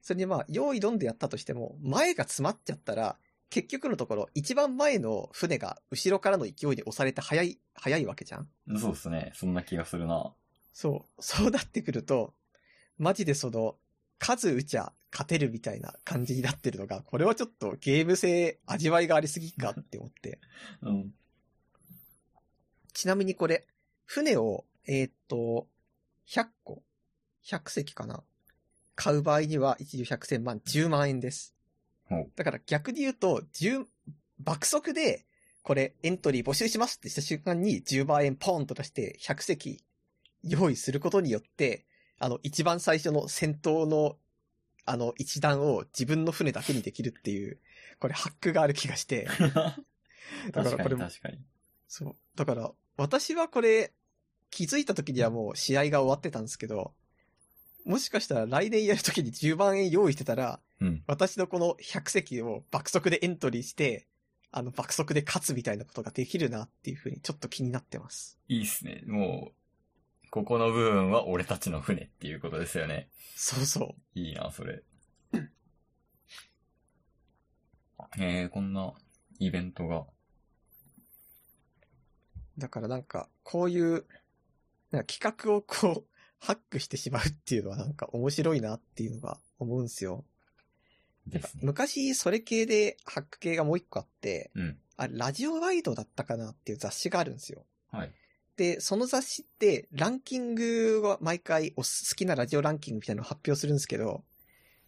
Speaker 1: それにまあ、用意どんでやったとしても、前が詰まっちゃったら、結局のところ、一番前の船が後ろからの勢いで押されて早い、早いわけじゃん
Speaker 2: そうですね。そんな気がするな。
Speaker 1: そう。 (laughs) そうなってくると、マジでその、数打ちゃ勝てるみたいな感じになってるのが、これはちょっとゲーム性味わいがありすぎかって思って。
Speaker 3: (laughs)
Speaker 2: うん。
Speaker 1: ちなみにこれ、船を、えーっと、100個、100隻かな。買う場合には、一流100千万、10万円です
Speaker 2: ほう。
Speaker 1: だから逆に言うと、10、爆速で、これエントリー募集しますってした瞬間に10万円ポンと出して100隻用意することによって、あの、一番最初の戦闘の、あの、一段を自分の船だけにできるっていう、これハックがある気が
Speaker 2: (laughs)
Speaker 1: して、
Speaker 2: 確か
Speaker 1: だからこれ
Speaker 2: に
Speaker 1: も
Speaker 2: 確かに。
Speaker 1: そう。だから、私はこれ、気づいた時にはもう試合が終わってたんですけど、もしかしたら来年やる時に10万円用意してたら、
Speaker 2: うん。
Speaker 1: 私のこの100席を爆速でエントリーして、あの、爆速で勝つみたいなことができるなっていうふうにちょっと気になってます。
Speaker 2: いいっすね。もう、ここの部分は俺たちの船っていうことですよね。
Speaker 1: そうそう。
Speaker 2: いいな、
Speaker 3: (coughs)
Speaker 2: それ。えー、こんなイベントが。
Speaker 1: だからなんか、こういう、なんか企画をこう、ハックしてしまうっていうのはなんか面白いなっていうのが思うんですよ。
Speaker 2: ですね。
Speaker 1: 昔、それ系でハック系がもう一個あって、
Speaker 2: うん。
Speaker 1: あれ、ラジオワイドだったかなっていう雑誌があるんですよ。
Speaker 2: はい。
Speaker 1: で、その雑誌って、ランキングは毎回お好きなラジオランキングみたいなのを発表するんですけど、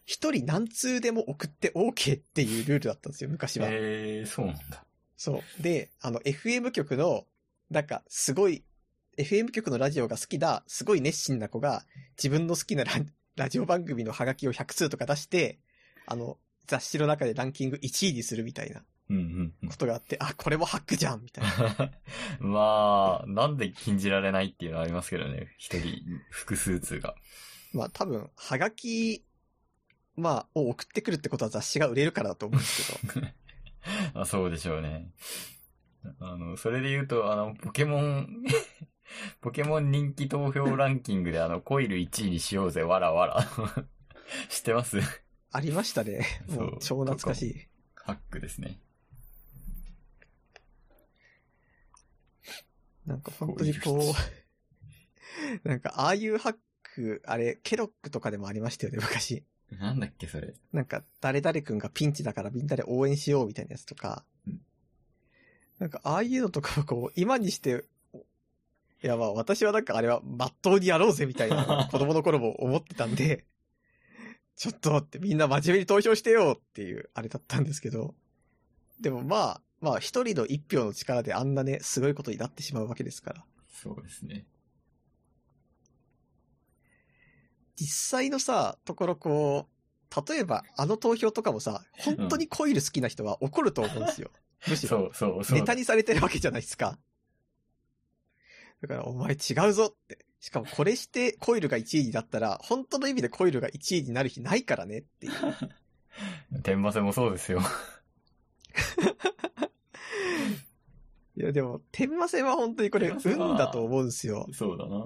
Speaker 1: 一人何通でも送って OK っていうルールだったんですよ、昔は。
Speaker 2: えー、そうなんだ。
Speaker 1: そう。で、あの、FM 局の、なんか、すごい、FM 局のラジオが好きな、すごい熱心な子が、自分の好きなララジオ番組のハガキを100通とか出して、あの、雑誌の中でランキング1位にするみたいな
Speaker 2: うんうんうん
Speaker 1: こ。とがあって、あ、これもハックじゃんみたいな。
Speaker 2: (laughs) まあ、なんで禁じられないっていうのはありますけどね。一人、複数通が。
Speaker 1: まあ多分、はがき、まあ、を送ってくるってことは雑誌が売れるからだと思うんです (laughs) けど。
Speaker 2: あそうでしょうね。あの、それで言うと、あの、ポケモン、 (laughs) ポケモン人気投票ランキングで、あの、コイル1位にしようぜ、わらわら。 (laughs) 知ってます
Speaker 1: ありました (laughs) ね。もう、
Speaker 2: そう
Speaker 1: 超懐かしい。
Speaker 2: ハックですね。
Speaker 1: なんか本当にこう、 (laughs) なんかああいうハック、あれ、ケロックとかでもありましたよね、昔。
Speaker 2: なんだっけ、それ。
Speaker 1: なんか、誰々くんがピンチだからみんなで応援しようみたいなやつとか
Speaker 2: うん。
Speaker 1: なんか、ああいうのとかをこう、今にして、いやまあ私はなんかあれは真っ当にやろうぜみたい
Speaker 2: (laughs)
Speaker 1: な子供の頃も思ってたんで、ちょっと待ってみんな真面目に投票してよっていうあれだったんですけど、でもまあ、まあ一人の一票の力であんなね、すごいことになってしまうわけですから。
Speaker 2: そうですね。
Speaker 1: 実際のさ、ところこう、例えばあの投票とかもさ、本当にコイル好きな人は怒ると思うんですよ。むし
Speaker 2: そ
Speaker 1: ろ。
Speaker 2: うそうそう。
Speaker 1: ネタにされてるわけじゃないですか。だから、お前違うぞって。しかもこれしてコイルが1位になったら、本当の意味でコイルが1位になる日ないからねっていう。
Speaker 2: 天馬戦もそうですよ。
Speaker 1: いや、でも、天魔戦は本当にこれ、
Speaker 2: 天魔戦は
Speaker 1: 運だと思うんですよ。
Speaker 2: そうだな。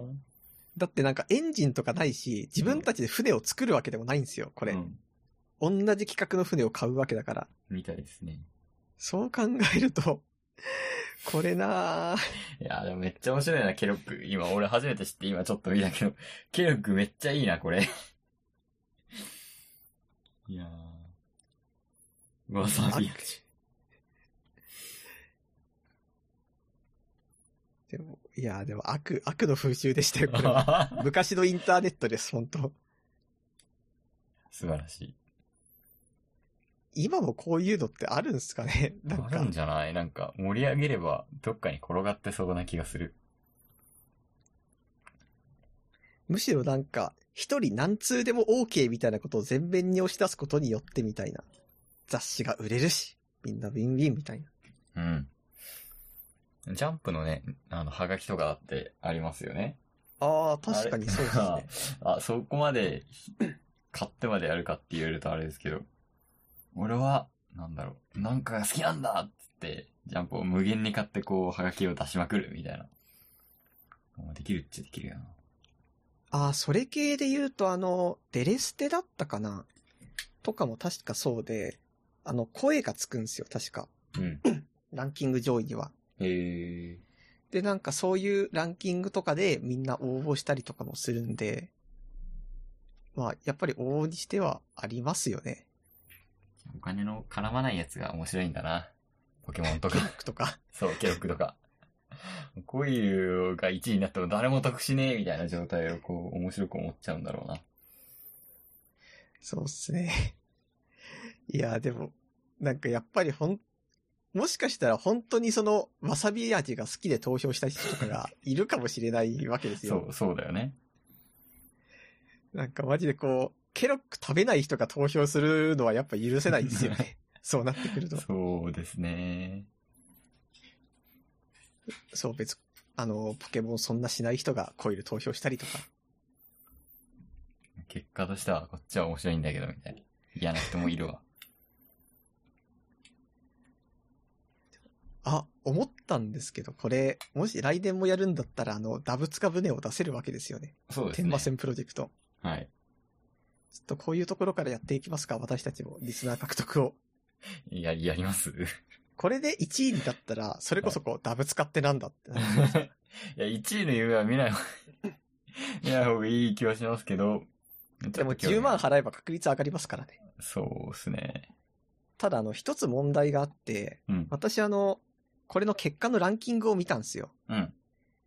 Speaker 1: だってなんかエンジンとかないし、自分たちで船を作るわけでもないんですよ、こ
Speaker 2: こ
Speaker 1: れ。
Speaker 2: うん、
Speaker 1: 同じ企画の船を買うわけだから。
Speaker 2: みたいですね。
Speaker 1: そう考えると、 (laughs) これなぁ。
Speaker 2: いや、でもめっちゃ面白いな、ケロック。今、俺初めて知って、今ちょっと見たけど、ケロックめっちゃいいな、これ。いやー。わさび味。
Speaker 1: でも、いや、でも悪、
Speaker 2: (laughs)
Speaker 1: 悪の風習でしたよ、これは。昔のインターネットです、本当
Speaker 2: 素晴らしい。
Speaker 1: 今もこういうのってあるんすか
Speaker 2: (laughs)
Speaker 1: ねなん
Speaker 2: ある
Speaker 1: か
Speaker 2: ん、じゃないなんか、盛り上げれば、どっかに転がってそうな気がする。
Speaker 1: むしろなんか、一人何通でも OK みたいなことを全面に押し出すことによってみたいな。雑誌が売れるし、みんなウィンウィンみたいな。
Speaker 2: うん。ジャンプのね、あの、ハガキとかだってありますよね。
Speaker 1: ああ、確かにそうですね。
Speaker 2: あ、そこまで、買ってまでやるかって言われるとあれですけど、俺は、なんだろう、なんかが好きなんだっつって、ジャンプを無限に買ってこう、ハガキを出しまくるみたいな。もうできるっちゃできるよな。
Speaker 1: ああ、それ系で言うと、あの、デレステだったかなとかも確かそうで、あの、声がつくんですよ、確か。
Speaker 2: うん。
Speaker 1: ランキング上位には。
Speaker 2: へえ。
Speaker 1: で、なんかそういうランキングとかでみんな応募したりとかもするんで、まあ、やっぱり往々にしてはありますよね。
Speaker 2: お金の絡まないやつが面白いんだな。ポケモンと
Speaker 1: ケ
Speaker 2: か
Speaker 1: ロ。ックとか。
Speaker 2: (laughs) そう、ケロックとか。こういうが1位になっても誰も得しねえみたいな状態をこう、面白く思っちゃうんだろうな。
Speaker 1: そうっすね。いや、でも、なんかやっぱりほん、もしかしたら本当にその、わさび味が好きで投票した人とかがいるかもしれないわけです
Speaker 2: そ
Speaker 1: よ。
Speaker 2: う、そうだよね。
Speaker 1: なんかマジでこう、ケロック食べない人が投票するのはやっぱ許せないですよ
Speaker 2: (laughs)
Speaker 1: ね。そうなってくると。
Speaker 2: そうですね。
Speaker 1: そう、別、あの、ポケモンそんなしない人がコイル投票したりとか。
Speaker 2: 結果としてはこっちは面白いんだけど、みたいな。嫌な人もいるわ。
Speaker 1: あ、思ったんですけど、これ、もし来年もやるんだったら、あの、ダブツカ船を出せるわけですよね。
Speaker 2: (laughs) そうです
Speaker 1: 天馬
Speaker 2: ね。
Speaker 1: 戦プロジェクト。
Speaker 2: はい。
Speaker 1: ちょっとこういうところからやっていきますか、私たちも、リスナー獲得を。
Speaker 2: や、やります (laughs)
Speaker 1: これで1位になったら、それこそこう、ダブ使ってなんだってなる。
Speaker 2: (laughs) いや、1位の夢は見ない方が、 (laughs) 見ない方がいい気はしますけど。
Speaker 1: でも10万払えば確率上がりますからね。
Speaker 2: そうですね。
Speaker 1: ただ、あの、一つ問題があって、
Speaker 2: うん。
Speaker 1: 私あの、これの結果のランキングを見たんですよ。
Speaker 2: うん。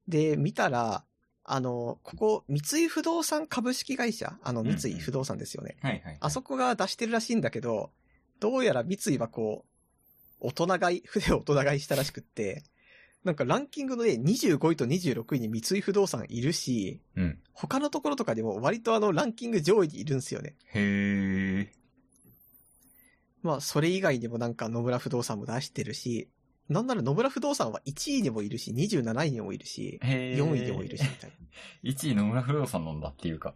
Speaker 1: で、見たら、あの、ここ、三井不動産株式会社あの、
Speaker 2: うんう
Speaker 1: 三
Speaker 2: ん
Speaker 1: 井不動産ですよね。
Speaker 2: はいはい。
Speaker 1: あそこが出してるらしいんだけど、どうやら三井はこう、大人買い、船を大人買いしたらしくって、なんかランキングのね、25位と26位に三井不動産いるし、
Speaker 2: うん。
Speaker 1: 他のところとかでも割とあのランキング上位にいるんですよね。
Speaker 2: へー。
Speaker 1: まあそれ以外でもなんか野村不動産も出してるし、なんなら野村不動産は1位でもいるし、27位にもいるし、
Speaker 2: へー。
Speaker 1: 4位でもいるしみたいな。
Speaker 2: 1位野村不動産なんだっていうか。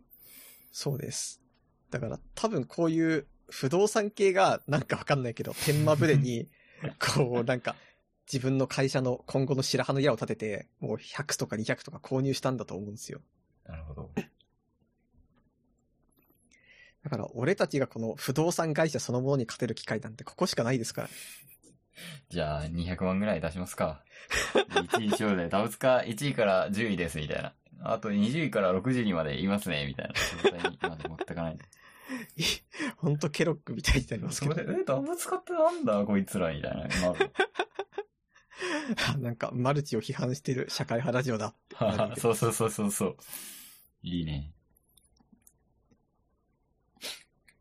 Speaker 1: そうです。だから多分こういう不動産系がなんかわかんないけど、天満船に、こうなんか自分の会社の今後の白羽の矢を立てて、もう100とか200とか購入したんだと思うんですよ。
Speaker 2: なるほど。
Speaker 1: だから俺たちがこの不動産会社そのものに勝てる機会なんてここしかないですから。 (laughs)
Speaker 2: じゃあ、200万ぐらい出しますか。1位賞で、ダブツカ1位から10位です、みたいな。あと20位から60位までいますね、みたいな状態にまで持ってかないと。
Speaker 1: ほんとケロックみたいになりますけ
Speaker 2: それ
Speaker 1: ど
Speaker 2: で、。え、ダブツカってなんだこいつら、みたいな。
Speaker 1: (laughs) なんかマルチを批判してる社会派ラジオだ。
Speaker 2: まあそうそうそうそうそう。いいね。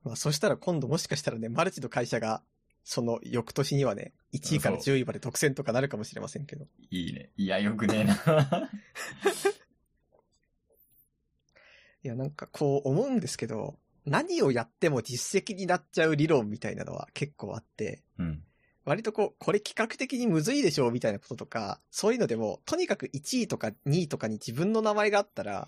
Speaker 1: まあそしたら今度もしかしたらね、マルチの会社がその翌年にはね、1位から10位まで独占とかなるかもしれませんけど。
Speaker 2: いいね。いや、よくねえな。
Speaker 1: いや、なんかこう思うんですけど、何をやっても実績になっちゃう理論みたいなのは結構あって、
Speaker 2: うん。
Speaker 1: 割とこう、これ企画的にむずいでしょうみたいなこととか、そういうのでも、とにかく1位とか2位とかに自分の名前があったら、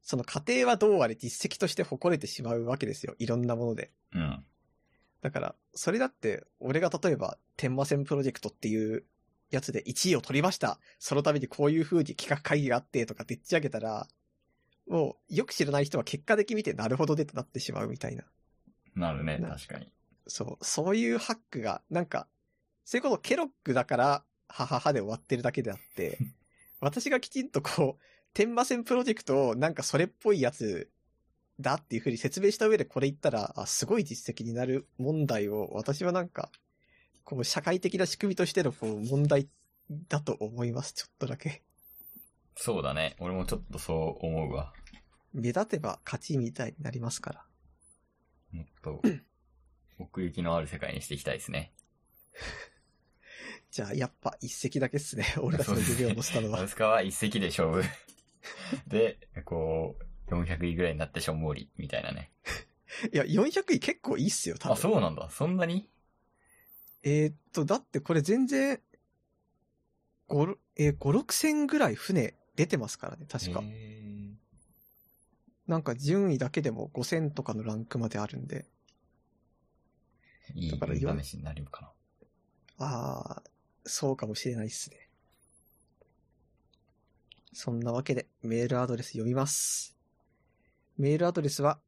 Speaker 1: その過程はどうあれ実績として誇れてしまうわけですよ。いろんなもので。
Speaker 2: うん。
Speaker 1: だから、それだって、俺が例えば、天馬戦プロジェクトっていうやつで1位を取りました。そのためにこういう風に企画会議があってとかでっち上げたら、もう、よく知らない人は結果的見てなるほどでってなってしまうみたいな。
Speaker 2: なるね、
Speaker 1: な
Speaker 2: 確かに。
Speaker 1: そう、そういうハックが、なんか、そういうことケロックだから、はははで終わってるだけであって、私がきちんとこう、天馬戦プロジェクトをなんかそれっぽいやつだっていうふうに説明した上でこれ言ったら、あ、すごい実績になる問題を、私はなんか、こう、社会的な仕組みとしてのこう、問題だと思います、ちょっとだけ。
Speaker 2: そうだね。俺もちょっとそう思うわ。
Speaker 1: 目立てば勝ちみたいになりますから。
Speaker 2: もっと、奥行きのある世界にしていきたいですね。
Speaker 1: じゃあ、やっぱ一席だけっすね。 (laughs) 俺たちの指を乗せたの
Speaker 2: ア
Speaker 1: は
Speaker 2: ウ。スカは一席で勝
Speaker 1: (laughs)
Speaker 2: 負。で、こう、400位ぐらいになってしょんぼり、みたいなね。
Speaker 1: いや、400位結構いいっすよ、多分。
Speaker 2: あ、そうなんだ。そんなに
Speaker 1: えーっと、だってこれ全然、5、えー、5、6千ぐらい船出てますからね、確か。
Speaker 2: へ
Speaker 1: なんか順位だけでも5千とかのランクまであるんで。
Speaker 2: ーいい
Speaker 1: だからよ
Speaker 2: 運試しになるのか
Speaker 1: ああ、そうかもしれないっすね。そんなわけで、メールアドレス読みます。メールアドレスは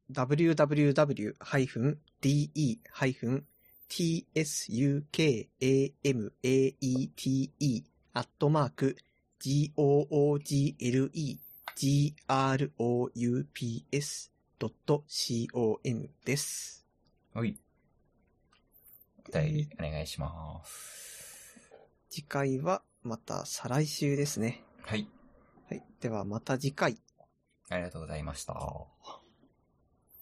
Speaker 1: www-de-tsukamate.google-groups.com です。
Speaker 2: な。はい。お便り、お願いします。
Speaker 1: 次回はまた再来週ですね。
Speaker 2: はい。
Speaker 1: はい。ではまた次回。
Speaker 2: ありがとうございました。